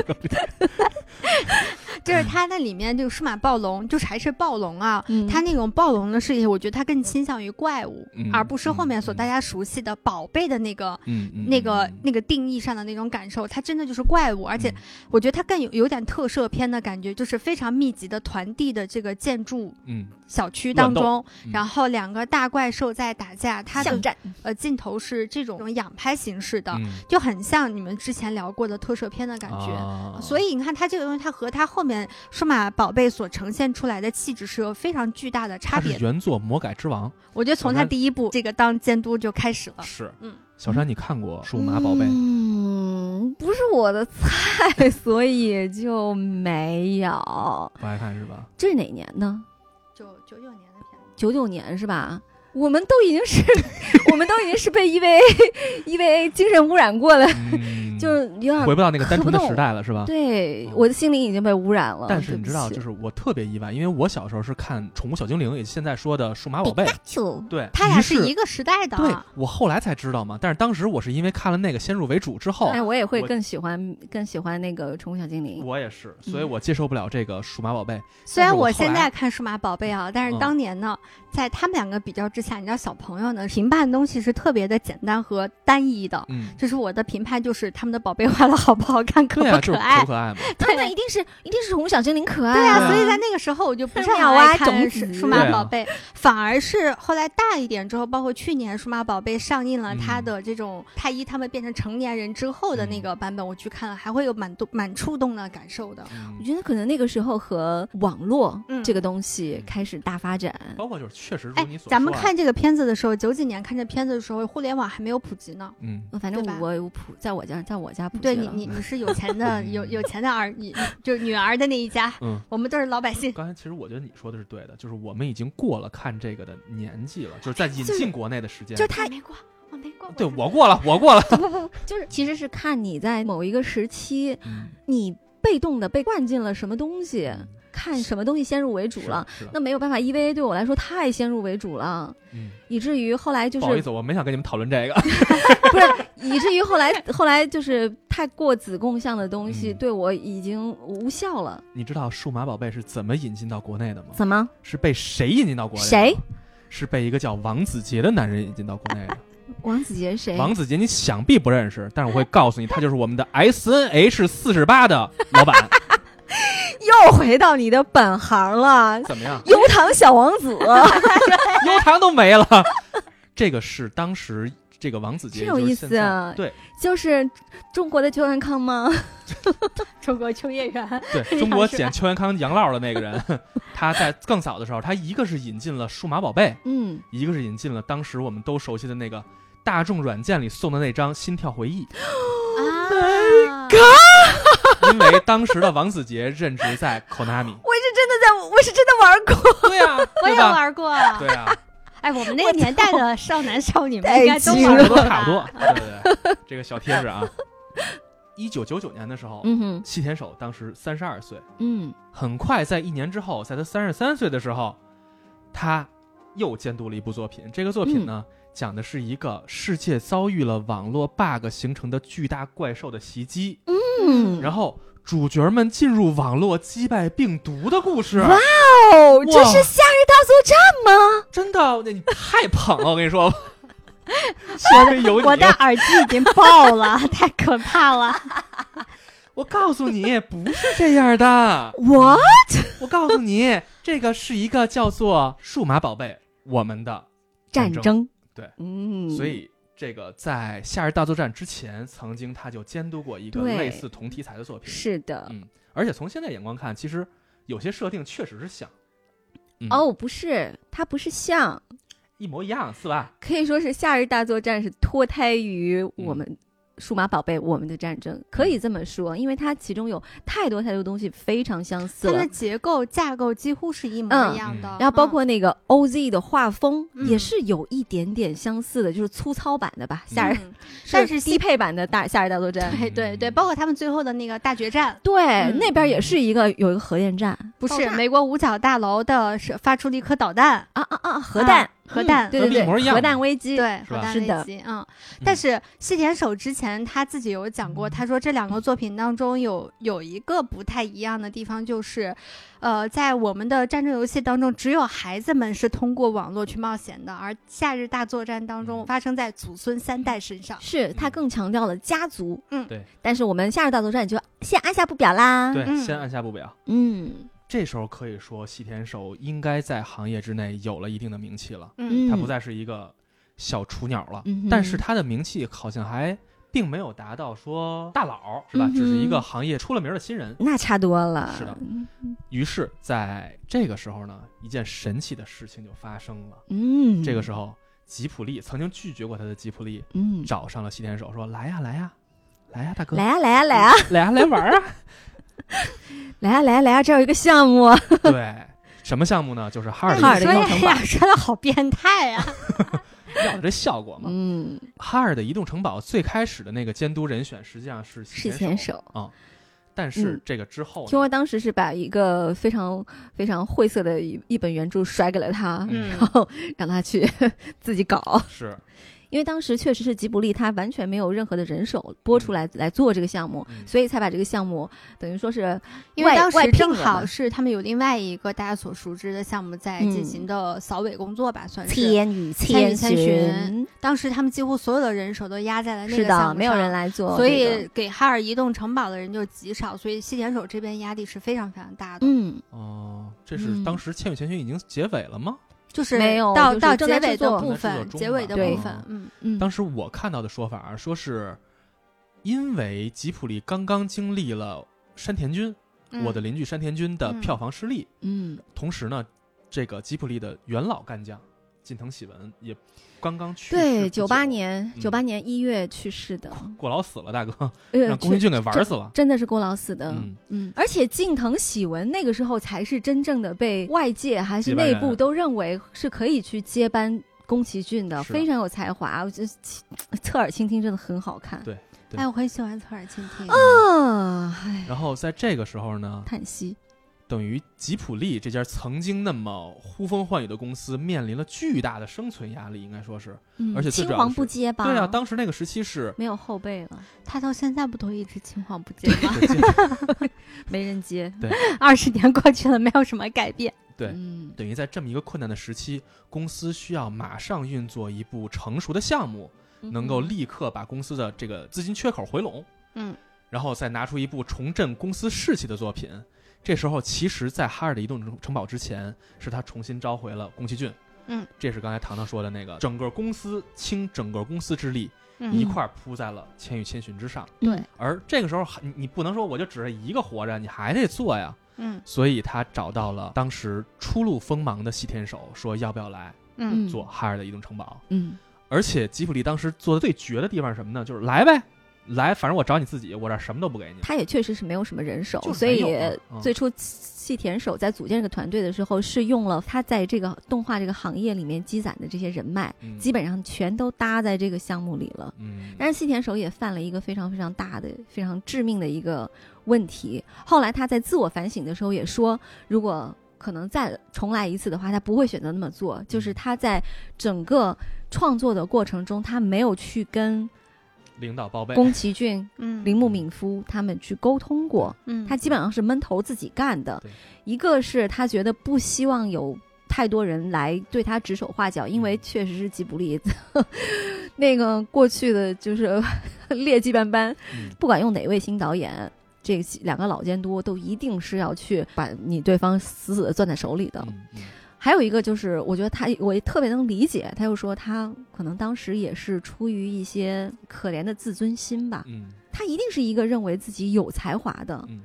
就是它那里面这个数码暴龙，就是还是暴龙啊，嗯它那种暴龙的世界，我觉得它更倾向于怪物，嗯而不是后面所嗯大家熟悉的宝贝的那个。嗯嗯嗯那个那个定义上的那种感受，它真的就是怪物，而且我觉得它更有有点特摄片的感觉，就是非常密集的团地的这个建筑嗯小区乱当斗中，嗯然后两个大怪兽在打架，它的巷战，呃镜头是这种仰拍形式的，嗯就很像你们之前聊过的特摄片的感觉。啊所以你看，它这个东西，它和它后面数码宝贝所呈现出来的气质是有非常巨大的差他是别的。原作魔改之王我觉得从从它它第一部这个当监督就开始了。是嗯小山，你看过《数码宝贝》嗯，不是我的菜， 所以就没有。不爱看是 吧？这是哪年呢？就九九年的片子，九九年是吧？我们都已经是， 我们都已经是被 EVA EVA 精神污染过了，嗯，就是有点回不到那个单磕不纯的动时代了是吧？对嗯我的心灵已经被污染了。但是你知道，就是是我特别意外，因为我小时候是看《宠物小精灵》，也现在说的《数码宝贝》，对，它俩于是是一个时代的对啊。我后来才知道嘛，但是当时我是因为看了那个先入为主之后，哎，我也会我更喜欢更喜欢那个宠物小精灵。我也是，所以我接受不了这个数码宝贝。虽然但是我我后现来在看数码宝贝啊，但是嗯当年呢，在他们两个比较之下，你知道小朋友呢评判的东西是特别的简单和单一的。 嗯，就是我的评判就是他们的宝贝画的好不好看，可对啊，不就是可爱可不。可爱嘛。对哎那一定是一定是宠物小精灵可爱。对对啊，啊所以在那个时候我就不是很妙爱蛙看种数子数码对啊宝贝，反而是后来大一点之后，包括去年数码宝贝上映了嗯它的这种太一他们变成成年人之后的那嗯个版本，我去看了，还会有蛮多蛮触动的感受的。我嗯觉得可能那个时候和网络嗯这个东西开始大发展，包括就是确实如哎你所说，，啊咱们，看这个片子的时候，九几年看这片子的时候，互联网还没有普及呢。嗯，反正对吧我有普，在我家，在我家普及对你了，你你是有钱的，有嗯有钱的儿，你就是女儿的那一家，嗯我们都是老百姓。刚才其实我觉得你说的是对的，就是我们已经过了看这个的年纪了，就是在引进国内的时间。就是他没过，我没过。对我过了，我过了。不不 不，就是其实是看你在某一个时期，嗯你被动的被灌进了什么东西，嗯看什么东西先入为主是了的。是的那没有办法，EVA 对我来说太先入为主了，嗯，以至于后来就不好意是思，我没想跟你们讨论这个。 不是，以至于后来后来就是太过子供向的东西嗯对我已经无效了。你知道数码宝贝是怎么引进到国内的吗？怎么？是被谁引进到国内？谁？是被一个叫王子杰的男人引进到国内的。王子杰谁？王子杰，你想必不认识，但是我会告诉你，他就是我们 的 S N H 四十八的老板，又回到你的本行了，怎么 样？油糖小王子。 悠糖都没了。这个是当时这个王子杰，真有就是意思现在啊对就是中国的邱元康吗？中国秋叶原， 对，中国捡邱元康洋烙的那个人， 他在更早的时候，他一个是引进了数码宝贝，嗯，一个是引进了当时我们都熟悉的那个大众软件里送的那张《心跳回忆》。Oh 啊，因为当时的王子杰任职在 Konami，我是真的在，我是真的玩过。对啊，我也对吧？玩过。对啊，哎，我们那个年代的少男少女们太应该都激玩都过啊差不多吧。，对对对，这个小贴士啊。一九九九年的时候，嗯哼，细田守当时三十二岁，嗯，很快在一年之后，在他三十三岁的时候，他又监督了一部作品。这个作品嗯呢，讲的是一个世界遭遇了网络 bug 形成的巨大怪兽的袭击，嗯然后主角们进入网络击败病毒的故事。哦，这哇是夏日大作战吗？真的，那你太捧了，我跟你 说，幸亏有你。啊我的耳机已经爆了，太可怕了！ 我告诉你，不是这样的。 我我告诉你，这个是一个叫做《数码宝贝》我们的战争。争，对，嗯，所以这个在《夏日大作战》之前，曾经他就监督过一个对类似同题材的作品。是的。嗯，而且从现在眼光看，其实有些设定确实是像，嗯哦，不是，它不是像，一模一样，是吧？可以说是夏日大作战是脱胎于我们。嗯数码宝贝，我们的战争可以这么说，因为它其中有太多太多东西非常相似它了的，结构架构几乎是一模嗯一样的，然后包括那个 OZ 的画风哦嗯也是有一点点相似的，就是粗糙版的吧，夏嗯日嗯但是低配版的大夏日大作嗯战。对对对，包括他们最后的那个大决战，对，嗯那边也是一个有一个核电站不爆是炸美国五角大楼的是发出了一颗导弹，啊啊啊，核弹，核弹，对对和一模一对，样核弹危机，对，是核吧弹是危的机，嗯。但是细田守之前他自己有讲嗯过，他说这两个作品当中有有一个不太一样的地方，就是，呃，在我们的战争游戏当中，只有孩子们是通过网络去冒险的，而《夏日大作战》当中嗯发生在祖孙三代身上。是他更强调了家族，嗯对。但是我们夏日大作战就先按下不表啦，对，嗯先按下不表。嗯这时候可以说，细田守应该在行业之内有了一定的名气了，嗯嗯，他不再是一个小雏鸟了，嗯哼但是他的名气好像还并没有达到说大佬是吧？嗯哼只是一个行业出了名的新人。那差多了，是的于是，在这个时候呢，一件神奇的事情就发生了。嗯，这个时候，候，吉普力曾经拒绝过他的吉普力嗯，找上了西田守，说：“来呀，来呀，来呀，大哥，来呀来呀来呀来呀，来玩儿啊 来呀来呀来呀，这有一个项目，！”对，什么项目呢？就是哈尔哈尔的的所以哎移动城呀堡，说的好变态啊呀、要的这效果嘛。嗯，哈尔的移动城堡最开始的那个监督人选实际上是细是前手，手。但是嗯这个之后呢听说当时是把一个非常非常晦涩的一一本原著甩给了他， 嗯然后让他去 自己搞，是因为当时确实是吉卜力，他完全没有任何的人手拨出来、来做这个项目，嗯所以才把这个项目等于说是因为外当外时聘正了好嘛是他们有另外一个大家所熟知的项目在进嗯行的扫尾工作吧，算是。与千与千寻寻，当时他们几乎所有的人手都压在了那是个项目的，上，没有人来做，所以。给哈尔移动城堡的人就极少，所以西田守这边压力是非常非常大的。，嗯，哦，这是嗯当时《千与千寻》已经结尾了吗？就是没有到就是到正结在尾制作的部正在分，制作中结尾的吧部对分，嗯，嗯当时我看到的说法啊说是，因为吉普力刚刚经历了山田君，嗯我的邻居山田君的票房失利，嗯，同时呢，这个吉普力的元老干将近藤喜文也刚刚去世对，不久九八年，嗯九八年一月去世的，过劳死了，大哥呃 让宫崎骏给玩死了。真的是郭老死的，嗯嗯，而且近藤喜文那个时候才是真正的被外界还是接班内人部都认为是可以去接班宫崎骏的，是非常有才华。我觉得侧耳倾听真的很好看对，对哎，我很喜欢侧耳倾听，啊，嗯唉然后在这个时候呢，叹息。等于吉普力这家曾经那么呼风唤雨的公司面临了巨大的生存压力，应该说是。嗯而且最青主要黄是不接吧？对啊，当时那个时期 是没有后辈了，他到现在不都一直青黄不接吗？没人 接。二十年过去了，没有什么改变。对嗯，等于在这么一个困难的时期，公司需要马上运作一部成熟的项目，嗯能够立刻把公司的这个资金缺口回笼。嗯，然后再拿出一部重振公司士气的作品。这时候，其实，在哈尔的移动城堡之前，是他重新召回了宫崎骏。嗯，这是刚才糖糖说的那个，整个公司倾整个公司之力，一嗯，块儿扑在了《千与千寻》之上。对，而这个时候还，你你不能说我就只是一个活着，你还得做呀。嗯所以他找到了当时初露锋芒的西天守，说要不要来嗯做哈尔的移动城堡。嗯，而且吉普力当时做的最绝的地方是什么呢？就是来呗，来，反正我找你自己，我这儿什么都不给你。他也确实是没有什么人手，就是所没以有嗯嘛最初细田守在组建这个团队的时候，是用了他在这个动画这个行业里面积攒的这些人脉，嗯基本上全都搭在这个项目里了。 嗯，但是细田守也犯了一个非常非常大的、非常致命的一个问题。后来他在自我反省的时候也说，如果可能再重来一次的话，他不会选择那么做。嗯就是他在整个创作的过程中，他没有去跟领导报备，宫崎骏、嗯铃木敏夫他们去沟通过，嗯，他基本上是闷头自己干的对。一个是他觉得不希望有太多人来对他指手画脚，因为嗯确实是吉卜力 那个过去的就是 劣迹斑斑，嗯不管用哪位新导演。这两个老监督都一定是要去把你对方死死的攥在手里的。嗯嗯还有一个就是，我觉得他我也特别能理解，他又说他可能当时也是出于一些可怜的自尊心吧，嗯他一定是一个认为自己有才华的，嗯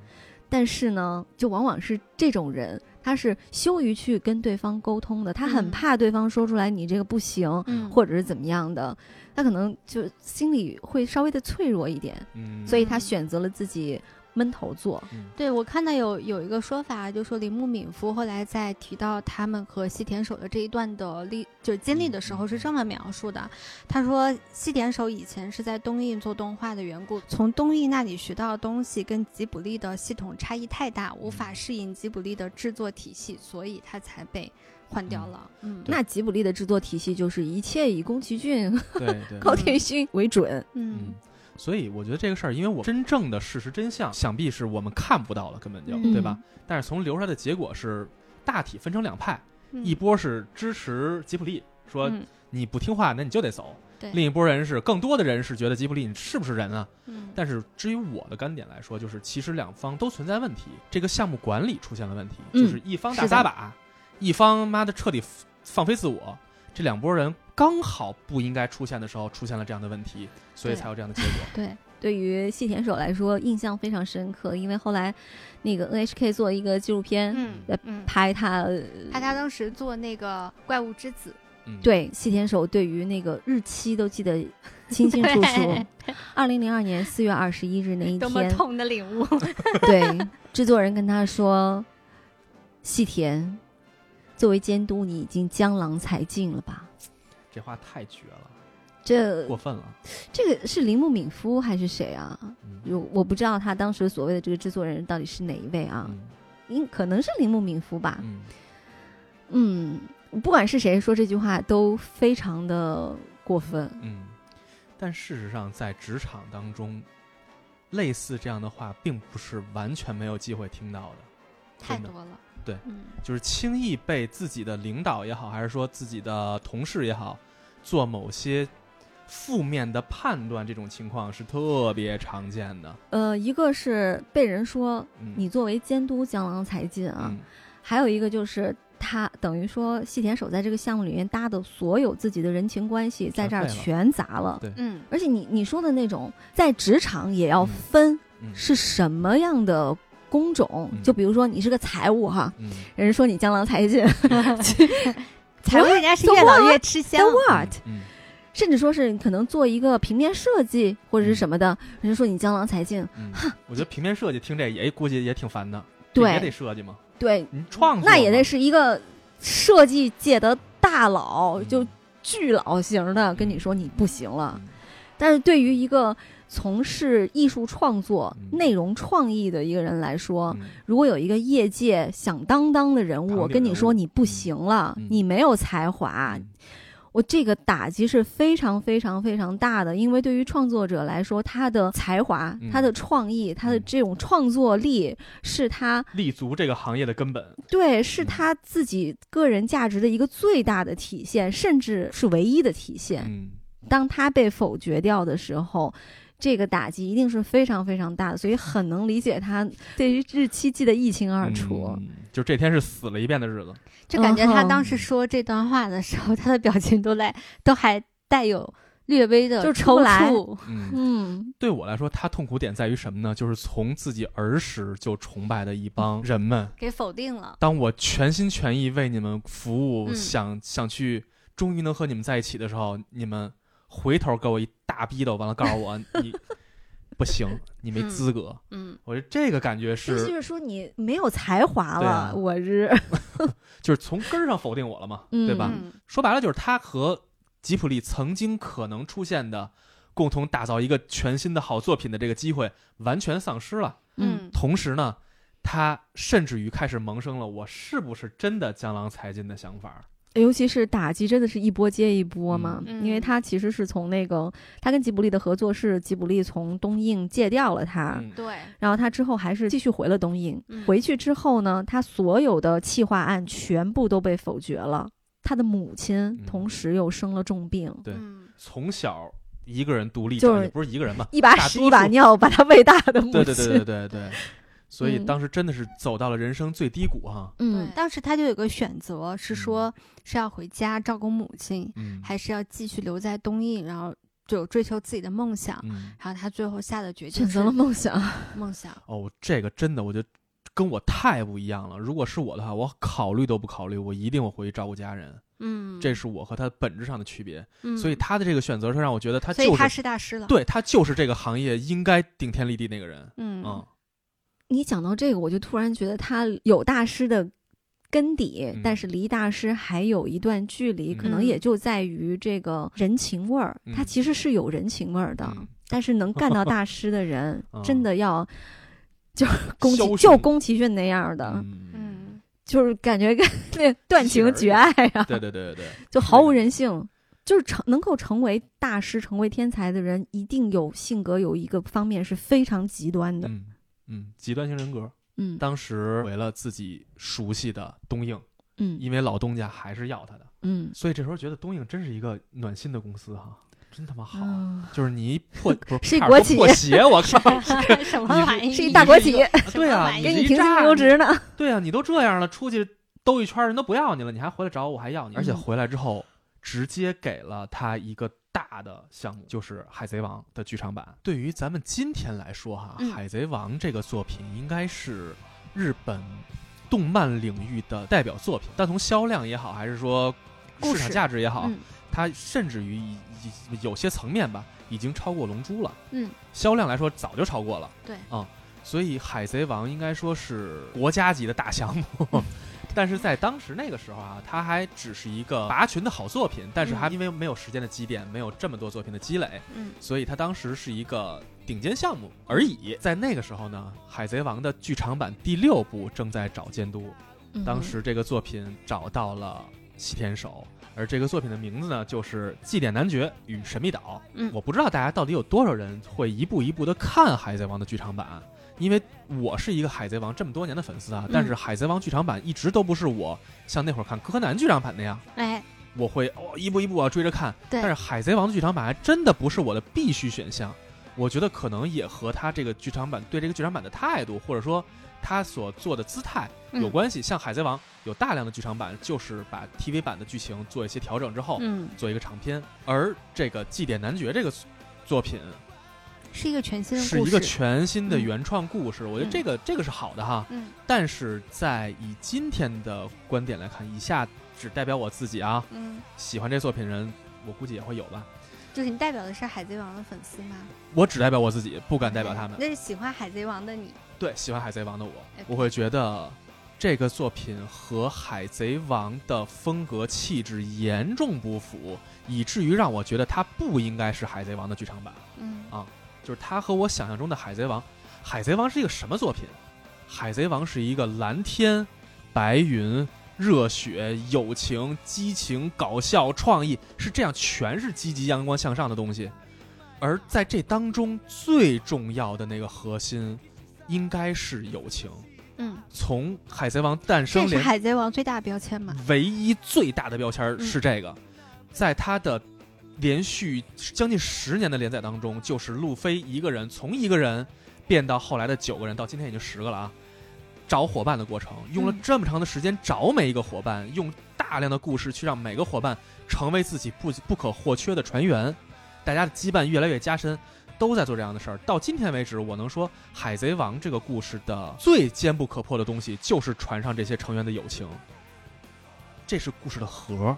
但是呢，就往往是这种人，他是羞于去跟对方沟通的，他很嗯怕对方说出来你这个不行，嗯或者是怎么样的，他可能就心里会稍微的脆弱一点，嗯，所以他选择了自己闷头做。嗯对，我看到有有一个说法，就说铃木敏夫后来在提到他们和西田守的这一段的历就是经历的时候是这么描述的。他说西田守以前是在东映做动画的缘故，从东映那里学到的东西跟吉卜力的系统差异太大，无法适应吉卜力的制作体系，所以他才被换掉了。嗯对那吉卜力的制作体系就是一切以宫崎骏、对对，高田勋为准。嗯嗯，所以我觉得这个事儿，因为我真正的事实真相，想必是我们看不到了，根本就、嗯对吧？但是从留出来的结果是，大体分成两派，嗯一波是支持吉普力，说嗯你不听话，那你就得走；对另一波人是更多的人是觉得吉普力你是不是人啊？嗯但是至于我的观点来说，就是其实两方都存在问题，这个项目管理出现了问题，嗯就是一方大撒把，一方妈的彻底放飞自我，这两拨人刚好不应该出现的时候出现了这样的问题，所以对才有这样的结果。对，对于细田守来说，印象非常深刻，因为后来那个 NHK 做一个纪录片，嗯呃嗯，拍他他他当时做那个怪物之子，嗯，对细田守对于那个日期都记得清清楚楚。二零零二年四月二十一日那一多么天，痛的领悟。对制作人跟他说：“细田，作为监督，你已经江郎才尽了吧？”这话太绝了，这过分了。这个是铃木敏夫还是谁啊？嗯如我不知道他当时所谓的这个制作人到底是哪一位啊？嗯应可能是铃木敏夫吧。嗯，嗯，不管是谁说这句话都非常的过分。嗯，但事实上，在职场当中，类似这样的话并不是完全没有机会听到的，太真的多了。对嗯，就是轻易被自己的领导也好，还是说自己的同事也好，做某些负面的判断，这种情况是特别常见的。呃，一个是被人说嗯，你作为监督江郎才尽啊，嗯还有一个就是他等于说细田守在这个项目里面搭的所有自己的人情关系在这儿全废了全砸了。对嗯，而且你你说的那种在职场也要嗯分嗯是什么样的工种，嗯就比如说你是个财务哈，嗯，人家说你江郎才尽财务人家是越 What? 老越吃香。 ，what？嗯甚至说是你可能做一个平面设计或者是什么的，人家说你江郎才尽，嗯，我觉得平面设计听这也估计也挺烦的，对也得设计嘛，对，你创作那也嘛得是一个设计界的大佬，嗯就巨老型的跟你说你不行了。嗯但是对于一个从事艺术创作、嗯内容创意的一个人来说，嗯如果有一个业界响当当的人扛物，着我跟你人说物你不行了，嗯嗯你没有才华，嗯我这个打击是非常非常非常大的。因为对于创作者来说，他的才华、嗯他的创意、他的这种创作力，是他立足这个行业的根本。对嗯是他自己个人价值的一个最大的体现，甚至是唯一的体现。嗯。当他被否决掉的时候。这个打击一定是非常非常大的，所以很能理解他对于日期记得一清二楚。嗯就这天是死了一遍的日子，就感觉他嗯当时说这段话的时候，他的表情都在都还带有略微的就出抽不来搐。嗯，嗯，对我来说，他痛苦点在于什么呢？就是从自己儿时就崇拜的一帮人们，给否定了，当我全心全意为你们服务，嗯想想去，终于能和你们在一起的时候，你们回头给我一大逼斗，完了告诉 我你不行，你没资格。嗯，我觉得这个感觉，那就是是说你没有才华对了，啊我 是就是从根儿上否定我了嘛，嗯对吧？嗯说白了就是他和吉普力曾经可能出现的共同打造一个全新的好作品的这个机会完全丧失了。嗯，同时呢，他甚至于开始萌生了我是不是真的江郎才尽的想法儿。尤其是打击真的是一波接一波嘛，嗯因为他其实是从那个他跟吉卜力的合作是吉卜力从东映借调了他。嗯，对，然后他之后还是继续回了东映，嗯回去之后呢，他所有的企划案全部都被否决了。他的母嗯亲同时又生了重病，对嗯从小一个人独立，就是也不是一个 人吧？一把大屎多一把数尿把他喂大的母对亲。对对对对对。所以嗯当时真的是走到了人生最低谷哈。嗯，当时他就有个选择，是说是要回家照顾母亲，嗯，还是要继续留在东映，然后就追求自己的梦想。嗯然后他最后下的决定选是择了梦想。梦想，哦，这个真的，我觉得跟我太不一样了。如果是我的话，我考虑都不考虑，我一定会回去照顾家人。嗯，这是我和他本质上的区别。嗯所以他的这个选择是让我觉得他所以就他是是大师了，对他就是这个行业应该顶天立地那个人。嗯嗯你讲到这个，我就突然觉得他有大师的根底，嗯但是离大师还有一段距离，嗯可能也就在于这个人情味儿。嗯他其实是有人情味儿的，嗯但是能干到大师的 ，人啊真的要就宫枭崎雄就宫崎骏那样的，嗯嗯，就是感觉跟那断情绝爱啊，对对对对对， 就毫无人性。就是成能够成为大师、成为天才的人，一定有性格有一个方面是非常极端的。嗯嗯，极端型人格。嗯当时为了自己熟悉的东映，嗯因为老东家还是要他的，嗯，所以这时候觉得东映真是一个暖心的公司哈、真他妈好。啊就是你一 破不是是一差点国说企破鞋，我靠！ 什么你玩意？是一大国企，啊对啊，玩意你儿给是你一停薪渣留职呢。对啊，你都这样了，出去兜一圈儿人都不要你了，你还回来找我，我还要你，而且嗯回来之后直接给了他一个大的项目，就是《海贼王》的剧场版。对于咱们今天来说哈，嗯海贼王》这个作品应该是日本动漫领域的代表作品，但从销量也好，还是说故市事场价值也好，嗯它甚至于已已有些层面吧，已经超过《龙珠》了。嗯，销量来说早就超过了。对嗯，所以《海贼王》应该说是国家级的大项 目。但是在当时那个时候啊，它还只是一个拔群的好作品，但是还因为没有时间的积淀，没有这么多作品的积累，嗯，所以它当时是一个顶尖项目而已。在那个时候呢，《海贼王》的剧场版第六部正在找监督，嗯嗯当时这个作品找到了西天手，而这个作品的名字呢，就是《祭奠男爵与神秘岛》。嗯我不知道大家到底有多少人会一步一步的看《海贼王》的剧场版，因为我是一个《海贼王》这么多年的粉丝嗯啊，但是《海贼王》剧场版一直都不是我像那会儿看柯南剧场版那样， 哎，我会哦一步一步啊追着看。对但是《海贼王》的剧场版还真的不是我的必须选项，我觉得可能也和他这个剧场版对这个剧场版的态度，或者说他所做的姿态有嗯关系。像《海贼王》有大量的剧场版就是把 TV 版的剧情做一些调整之后，嗯，做一个长篇，而这个《祭奠男爵》这个作品是一个全新的是故一事，个全新的嗯原创故事，我觉得嗯这个这个是好的哈。嗯但是在以今天的观点来看，以下只代表我自己啊，嗯，喜欢这作品人，我估计也会有吧。就是你代表的是海贼王的粉丝吗？我只代表我自己，不敢代表他们。那是喜欢海贼王的你，对，喜欢《海贼王》的我 OK，我会觉得这个作品和《海贼王》的风格气质严重不符，以至于让我觉得它不应该是《海贼王》的剧场版。嗯啊就是它和我想象中的《海贼王》，《海贼王》是一个什么作品？《海贼王》是一个蓝天、白云、热血、友情、激情、搞笑、创意，是这样，全是积极、阳光向上的东西。而在这当中，最重要的那个核心，应该是友情。嗯，从《海贼王》这诞生嗯是连海贼王最大的标签嘛？嗯唯一最大的标签儿是这个，在他的连续将近十年的连载当中，就是路飞一个人从一个人变到后来的九个人，到今天已经十个了啊。找伙伴的过程用了嗯这么长的时间找每一个伙伴，用大量的故事去让每个伙伴成为自己不不可或缺的船员，大家的羁绊越来越加深，都在做这样的事儿。到今天为止，我能说《海贼王》这个故事的最坚不可破的东西，就是船上这些成员的友情，这是故事的核儿。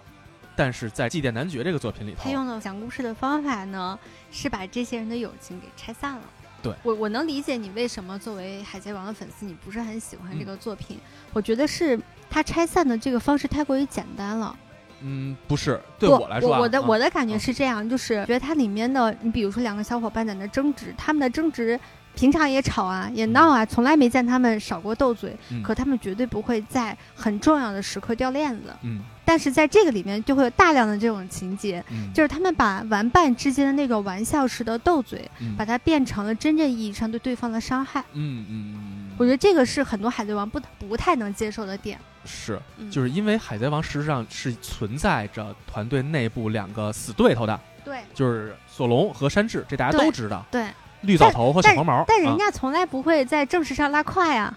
但是在《祭奠男爵》这个作品里头他，用的讲故事的方法呢，是把这些人的友情给拆散了。对我我能理解你为什么作为海贼王的粉丝，你不是很喜欢这嗯个作品。我觉得是他拆散的这个方式太过于简单了。嗯，不是对不我来说啊，我的嗯我的感觉嗯是这样，就是觉得它里面的，你比如说两个小伙伴在那争执，他们的争执平常也吵啊，也闹啊，从来没见他们少过斗嘴，嗯可他们绝对不会在很重要的时刻掉链子。嗯但是在这个里面就会有大量的这种情节，嗯，就是他们把玩伴之间的那种玩笑式的斗嘴，嗯把它变成了真正意义上对对方的伤害。嗯嗯嗯，我觉得这个是很多海贼王不不太能接受的点。得是，嗯就是因为《海贼王》实际上是存在着团队内部两个死对头的，对就是索隆和山治，这大家对都知道，对，绿藻头和小黄毛，但人啊家从来不会在正事上拉胯呀，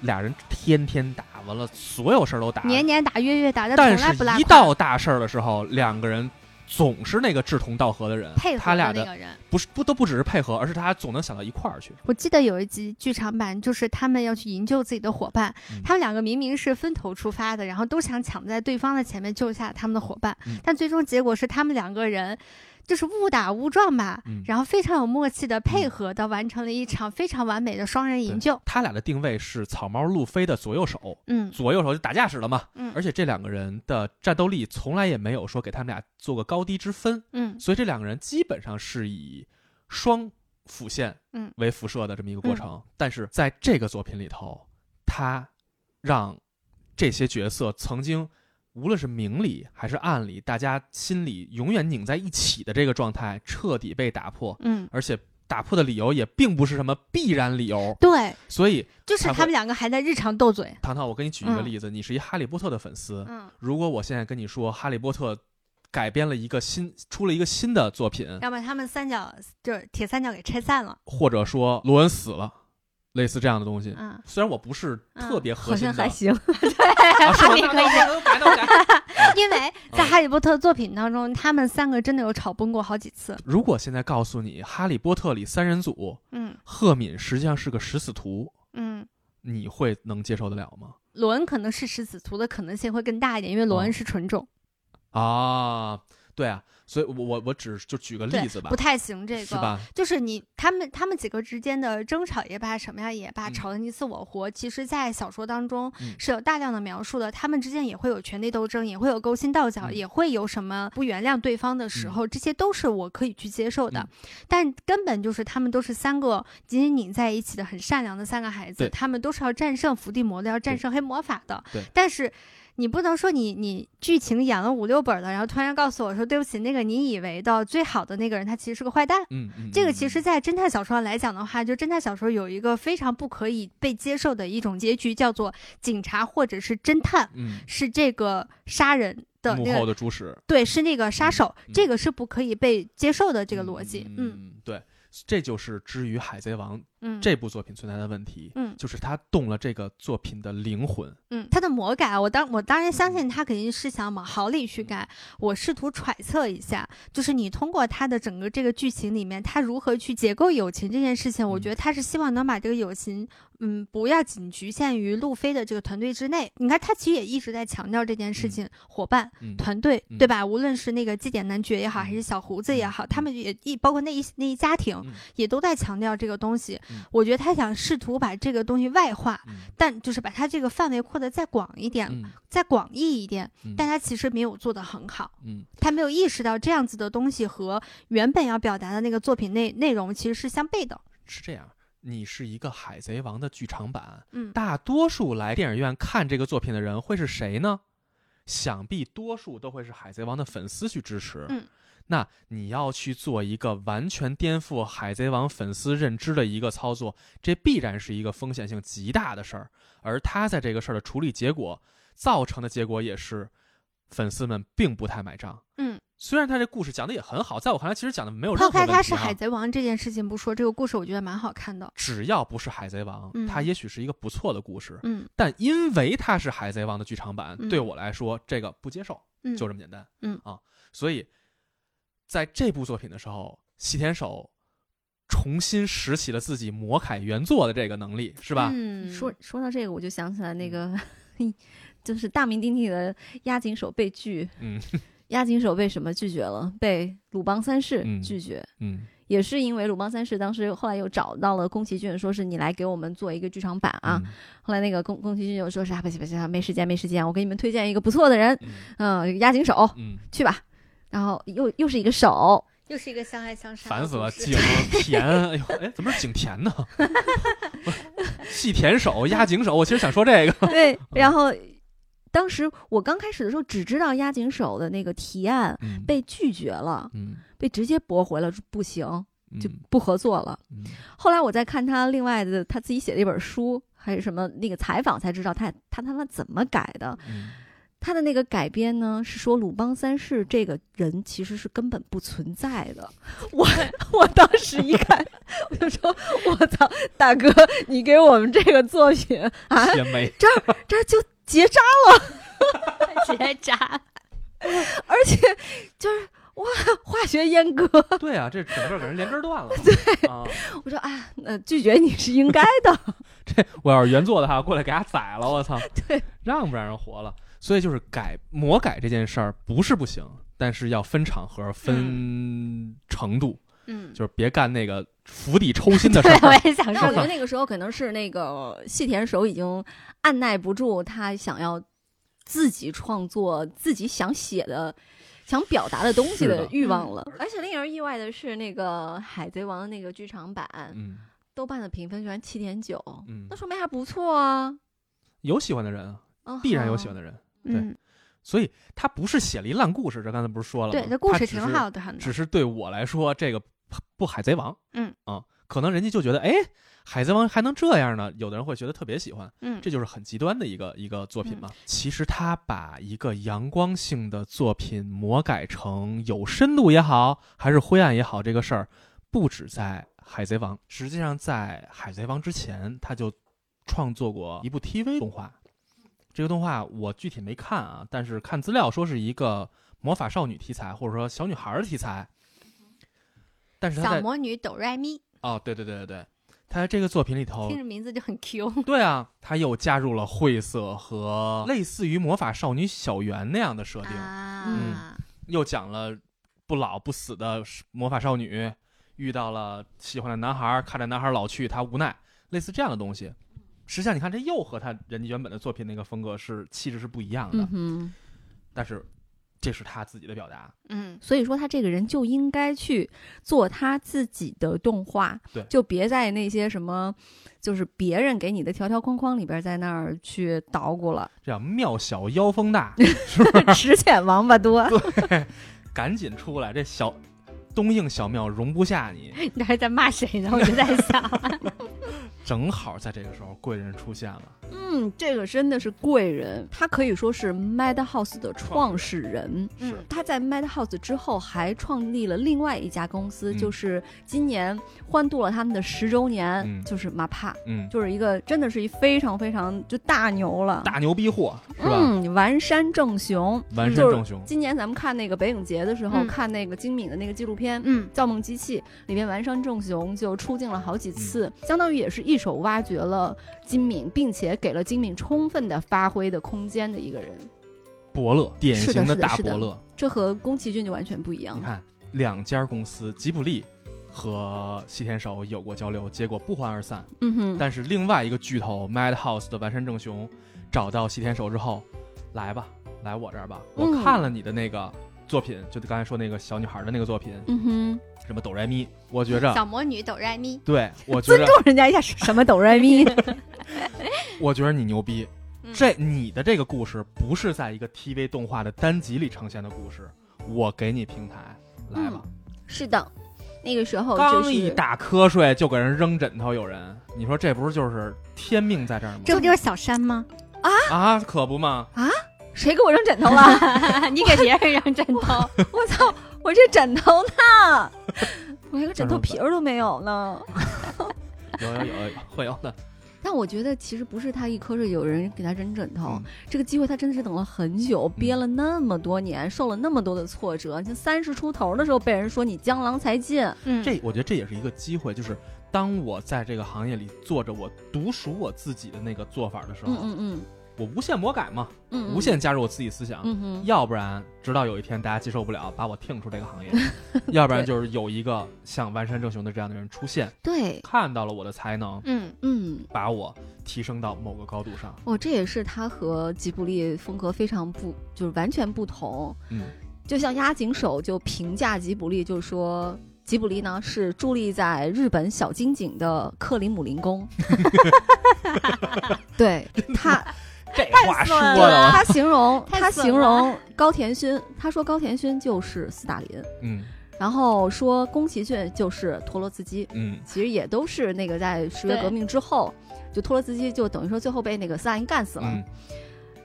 俩人天天打，完了所有事儿都打，年年打月月打，但从来不拉胯。是一到大事儿的时候，两个人总是那个志同道合的人，配合他俩的那的个人。不是不都不只是配合，而是他总能想到一块儿去。我记得有一集剧场版，就是他们要去营救自己的伙伴，嗯他们两个明明是分头出发的，然后都想抢在对方的前面救下他们的伙伴，嗯但最终结果是他们两个人就是误打误撞吧，嗯然后非常有默契的配合的完成了一场非常完美的双人营救。他俩的定位是草帽路飞的左右手，嗯左右手就打架使的嘛。嗯而且这两个人的战斗力从来也没有说给他们俩做个高低之分，嗯所以这两个人基本上是以双辅线嗯为辐射的这么一个过程。但是在这个作品里头，他让这些角色曾经，无论是明里还是暗里，大家心里永远拧在一起的这个状态，彻底被打破，嗯，而且打破的理由也并不是什么必然理由，对，所以就是他会他们两个还在日常斗嘴，糖糖，我给你举一个嗯例子，你是一哈利波特的粉丝，嗯，如果我现在跟你说哈利波特改编了一个新，出了一个新的作品，要把他们三角就是铁三角给拆散了，或者说罗恩死了，类似这样的东西，嗯，虽然我不是嗯特别核好心的，像还 行，啊是哈吗利那可以那我改那我改因嗯为在《哈利波特》作品当中，他们三个真的有吵崩过好几次。 如果现在告诉你《哈利波特》里三人组嗯赫敏实际上是个食死徒，嗯，你会能接受得了吗？罗恩可能是食死徒的可能性会更大一点，因为罗哦恩是纯种，啊，对啊，所以我我我只就举个对例子吧不，太行这是个。吧？就是你他们他们几个之间的争吵也罢，什么样也罢，嗯吵得你死我活，其实，在小说当中嗯是有大量的描述的。他们之间也会有权力斗争，也会有勾心斗角，嗯也会有什么不原谅对方的时候，这些都是我可以去接受的。嗯但根本就是他们都是三个紧紧拧在一起的很善良的三个孩对子，他们都是要战胜伏地魔的，要战对胜黑魔法的对。但是你不能说你你剧情演了五六本了，然后突然告诉我说对不起，那个你以为的最好的那个人他其实是个坏蛋。嗯嗯，这个嗯其实，在侦探小说上来讲的话，就侦探小说有一个非常不可以被接受的一种结局，叫做警察或者是侦探嗯，是这个杀人的幕那后个，的主使，对，是那个杀手嗯，这个是不可以被接受的这个逻辑。嗯嗯，对，这就是之于《海贼王》嗯，这部作品存在的问题，嗯就是他动了这个作品的灵魂，嗯，他的魔改，我当我当然相嗯信他肯定是想往好里去改。我试图揣测一下，就是你通过他的整个这个剧情里面，他如何去解构友情这件事情，我嗯觉得他是希望能把这个友情，嗯，不要仅局限于路飞的这个团队之内。你看，他其实也一直在强调这件事情，伙伴。嗯，团队嗯对吧？无论是那个祭典男爵也好，嗯还是小胡子也好，他们也一包括那一那一家庭嗯也都在强调这个东西嗯。我觉得他想试图把这个东西外化，嗯但就是把它这个范围扩得再广一点，嗯再广义一点，嗯但他其实没有做得很好，嗯他没有意识到这样子的东西和原本要表达的那个作品内内容其实是相悖的。是这样。你是一个《海贼王》的剧场版，嗯大多数来电影院看这个作品的人会是谁呢？想必多数都会是《海贼王》的粉丝去支持。嗯，那你要去做一个完全颠覆《海贼王》粉丝认知的一个操作，这必然是一个风险性极大的事儿。而他在这个事儿的处理结果造成的结果也是，粉丝们并不太买账。嗯，虽然他这故事讲的也很好，在我看来其实讲的没有任抛何问开题、啊。他是海贼王这件事情不说，这个故事我觉得蛮好看的。只要不是海贼王，嗯它也许是一个不错的故事。嗯但因为它是海贼王的剧场版，嗯对我来说这个不接受，嗯，就这么简单。嗯啊，所以在这部作品的时候，西田守重新拾起了自己魔改原作的这个能力，是吧？嗯，说说到这个，我就想起来那个， 就是大名鼎鼎的押井守被拒，嗯押井守被什么拒绝了？被鲁邦三世嗯拒绝，嗯也是因为鲁邦三世当时后来又找到了宫崎骏，说是你来给我们做一个剧场版嗯啊。后来那个宫宫崎骏就说是啊，不行不行，没时间没时间，我给你们推荐一个不错的人，嗯 嗯，押井守嗯，去吧。然后又又是一个手，又是一个相爱相杀，烦死了，景田，哎呦，哎，怎么是景田呢？ 细田守、压井守，我其实想说这个。对，然后当时我刚开始的时候只知道押井守的那个提案嗯被拒绝了，嗯被直接驳回了，说不行，嗯就不合作了。嗯后来我在看他另外的他自己写的一本书还是什么那个采访，才知道他他他妈怎么改的。嗯他的那个改编呢，是说鲁邦三世这个人其实是根本不存在的。我我当时一看， 我就说：“我操，大哥，你给我们这个作品啊，也没这儿就结扎 结扎。了，而且就是哇，化学阉割。对啊，这整个给人连根儿 断了。对 啊，”我说：“啊，呃，拒绝你是应该的。我要是原作的话，过来给他宰了，我操！对，让不让人活了？所以就是改魔改这件事儿不是不行，但是要分场合、分程度，嗯，就是别干那个釜底抽薪的事 对，我儿。也想”但我说觉得那个时候可能是那个细田守已经按耐不住，他想要自己创作、自己想写的、想表达的东西是的的欲望了。嗯而且令人意外的是，那个《海贼王》的那个剧场版，嗯豆瓣的评分居然七点九，嗯那，说明还不错啊。有喜欢的人啊，嗯必然有喜欢的人，对嗯，所以他不是写了一烂故事，这刚才不是说了吗？对，这故嗯他事只挺是好的，很只是对我来说，这个不《海贼王》，嗯啊，可能人家就觉得，哎，《海贼王》还能这样呢，有的人会觉得特别喜欢，嗯这就是很极端的一个一个作品嘛。其实他把一个阳光性的作品魔改成有深度也好，还是灰暗也好，这个事儿不止在《海贼王》，实际上在《海贼王》之前，他就创作过一部 TV 动画。这个动画我具体没看啊，但是看资料说是一个魔法少女题材，或者说小女孩儿题材。但是他小在魔女哆来咪，哦，对对对对对，他在这个作品里头听，着名字就很 Q。对啊，他又加入了晦涩和类似于魔法少女小圆那样的设定，啊，又讲了不老不死的魔法少女遇到了喜欢的男孩儿，看着男孩儿老去，她无奈，类似这样的东西。实际上，你看这又和他人家原本的作品那个风格是气质是不一样的，嗯哼，但是这是他自己的表达。嗯，所以说他这个人就应该去做他自己的动画，对就别在那些什么，就是别人给你的条条框框里边在那儿去捣鼓了， 这叫庙小妖风大，池浅王八多。赶紧出来！这小东应小庙容不下你。 你还嗯在骂谁呢？我就在想，正好在这个时候贵人出现了。嗯，这个真的是贵人，他可以说是 Madhouse 的创始人。嗯是他在 Madhouse 之后还创立了另外一家公司，嗯就是今年欢度了他们的十周年，嗯就是马帕，嗯，就是一个真的是一非常非常就大牛了，大牛逼货是吧？嗯，完山正雄。完山就是正雄，今年咱们看那个北影节的时候，嗯看那个金敏的那个纪录片， 嗯《造梦机器》里面，完山正雄就出镜了好几次，相当于也是一手挖掘了金敏，并且给了金敏充分的发挥的空间的一个人。伯乐，典是的型是的大是的嗯伯乐。这和宫崎骏就完全不一样你。看，两家公司吉卜力和西天守有过交流，结果不欢而散。嗯哼，但是另外一个巨头 Madhouse 的完山正雄找到西天守之后，来吧，来我这儿吧，我嗯看了你的那个作品，就刚才说那个小女孩的那个作品，嗯哼，什么哆来咪，我觉着，小魔女哆来咪，对我觉尊着，重人家一下是什么哆来咪？我觉得你牛逼。嗯这你的这个故事不是在一个 TV 动画的单集里呈现的故事，我给你平台，嗯来吧。是的，那个时候就刚一是打瞌睡就给人扔枕头，有人，你说这不是就是天命在这儿吗？这不就是小山 吗？啊，可不嘛，谁给我扔枕头了？啊你给别人扔枕头，我操，我这枕头呢？ 我连个枕头皮儿都没有呢。有有有有会有 的。但我觉得其实不是他一瞌睡有人给他扔枕头，嗯这个机会他真的是等了很久，憋了那么多年，受了那么多的挫折。就三十出头的时候被人说你江郎才尽， 嗯，这我觉得这也是一个机会，就是当我在这个行业里做着我独属我自己的那个做法的时候，嗯嗯嗯我无限魔改嘛，嗯，无限加啊入我自己思想。嗯哼，要不然，直到有一天大家接受不了，把我听出这个行 业；要不然就是有一个像完山正雄的这样的人出现，对，看到了我的才能，嗯嗯。把我提升到某个高度 上。哦，这也是他和吉卜力风格非常不，就是完全不同。嗯，就像押井守就评价吉卜力，就说吉卜力呢是伫立在日本小金井的克里姆林宫。 对他，这话说啊损的，他形容 太他损形了容高田勋，他说高田勋就是斯大林，嗯然后说宫崎骏就是托洛茨基，嗯，其实也都是那个在十月对革命之后，就托洛茨基就等于说最后被那个斯大林干死了，嗯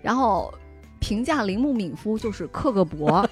然后评价铃木敏夫就是克格 勃。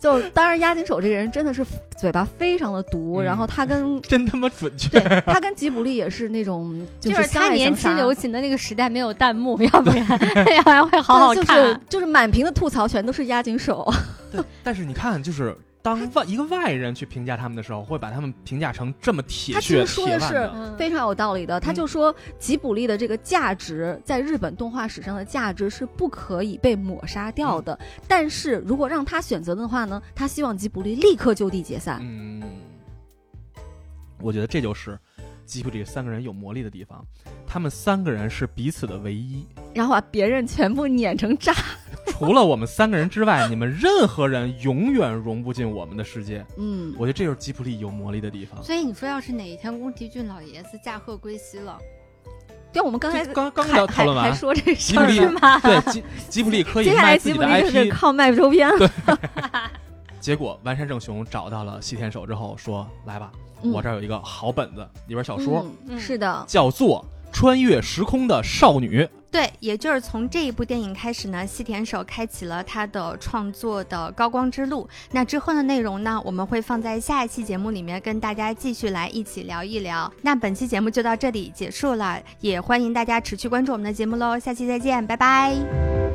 就当然，押井守这个人真的是嘴巴非常的毒，嗯然后 他跟真他妈准确。对他跟吉卜力也是那种就就是是相他爱年相期杀流行的那个时代没有弹幕， 要不然要不然会好好对就是看。啊就是满屏的吐槽全都是押井守。对，但是你看，就是当外一个外人去评价他们的时候，会把他们评价成这么铁他其实血、说铁的腕是的。嗯非常有道理的。他就说吉卜力的这个价值，在日本动画史上的价值是不可以被抹杀掉的。但是如果让他选择的话呢，他希望吉卜力立刻就地解散。嗯，我觉得这就是吉普力三个人有魔力的地方，他们三个人是彼此的唯一。然后把别人全部碾成渣。除了我们三个人之外，你们任何人永远融不进我们的世界。嗯我觉得这就是吉普力有魔力的地方。所以你说，要是哪一天宫崎骏老爷子驾鹤归西了，对，我们刚才这刚刚还聊讨论还完还，说这吉事卜儿力呢，对吉吉卜力可以接下卖来自吉己卜的力就是 IP，靠卖周边了。结果完山正雄找到了西天守之后说：“来吧，嗯我这儿有一个好本子，一本小说，嗯是的，叫做《穿越时空的少女》。对，也就是从这一部电影开始呢，西田守开启了他的创作的高光之路。那之后的内容呢，我们会放在下一期节目里面跟大家继续来一起聊一聊。那本期节目就到这里结束了，也欢迎大家持续关注我们的节目喽，下期再见，拜拜。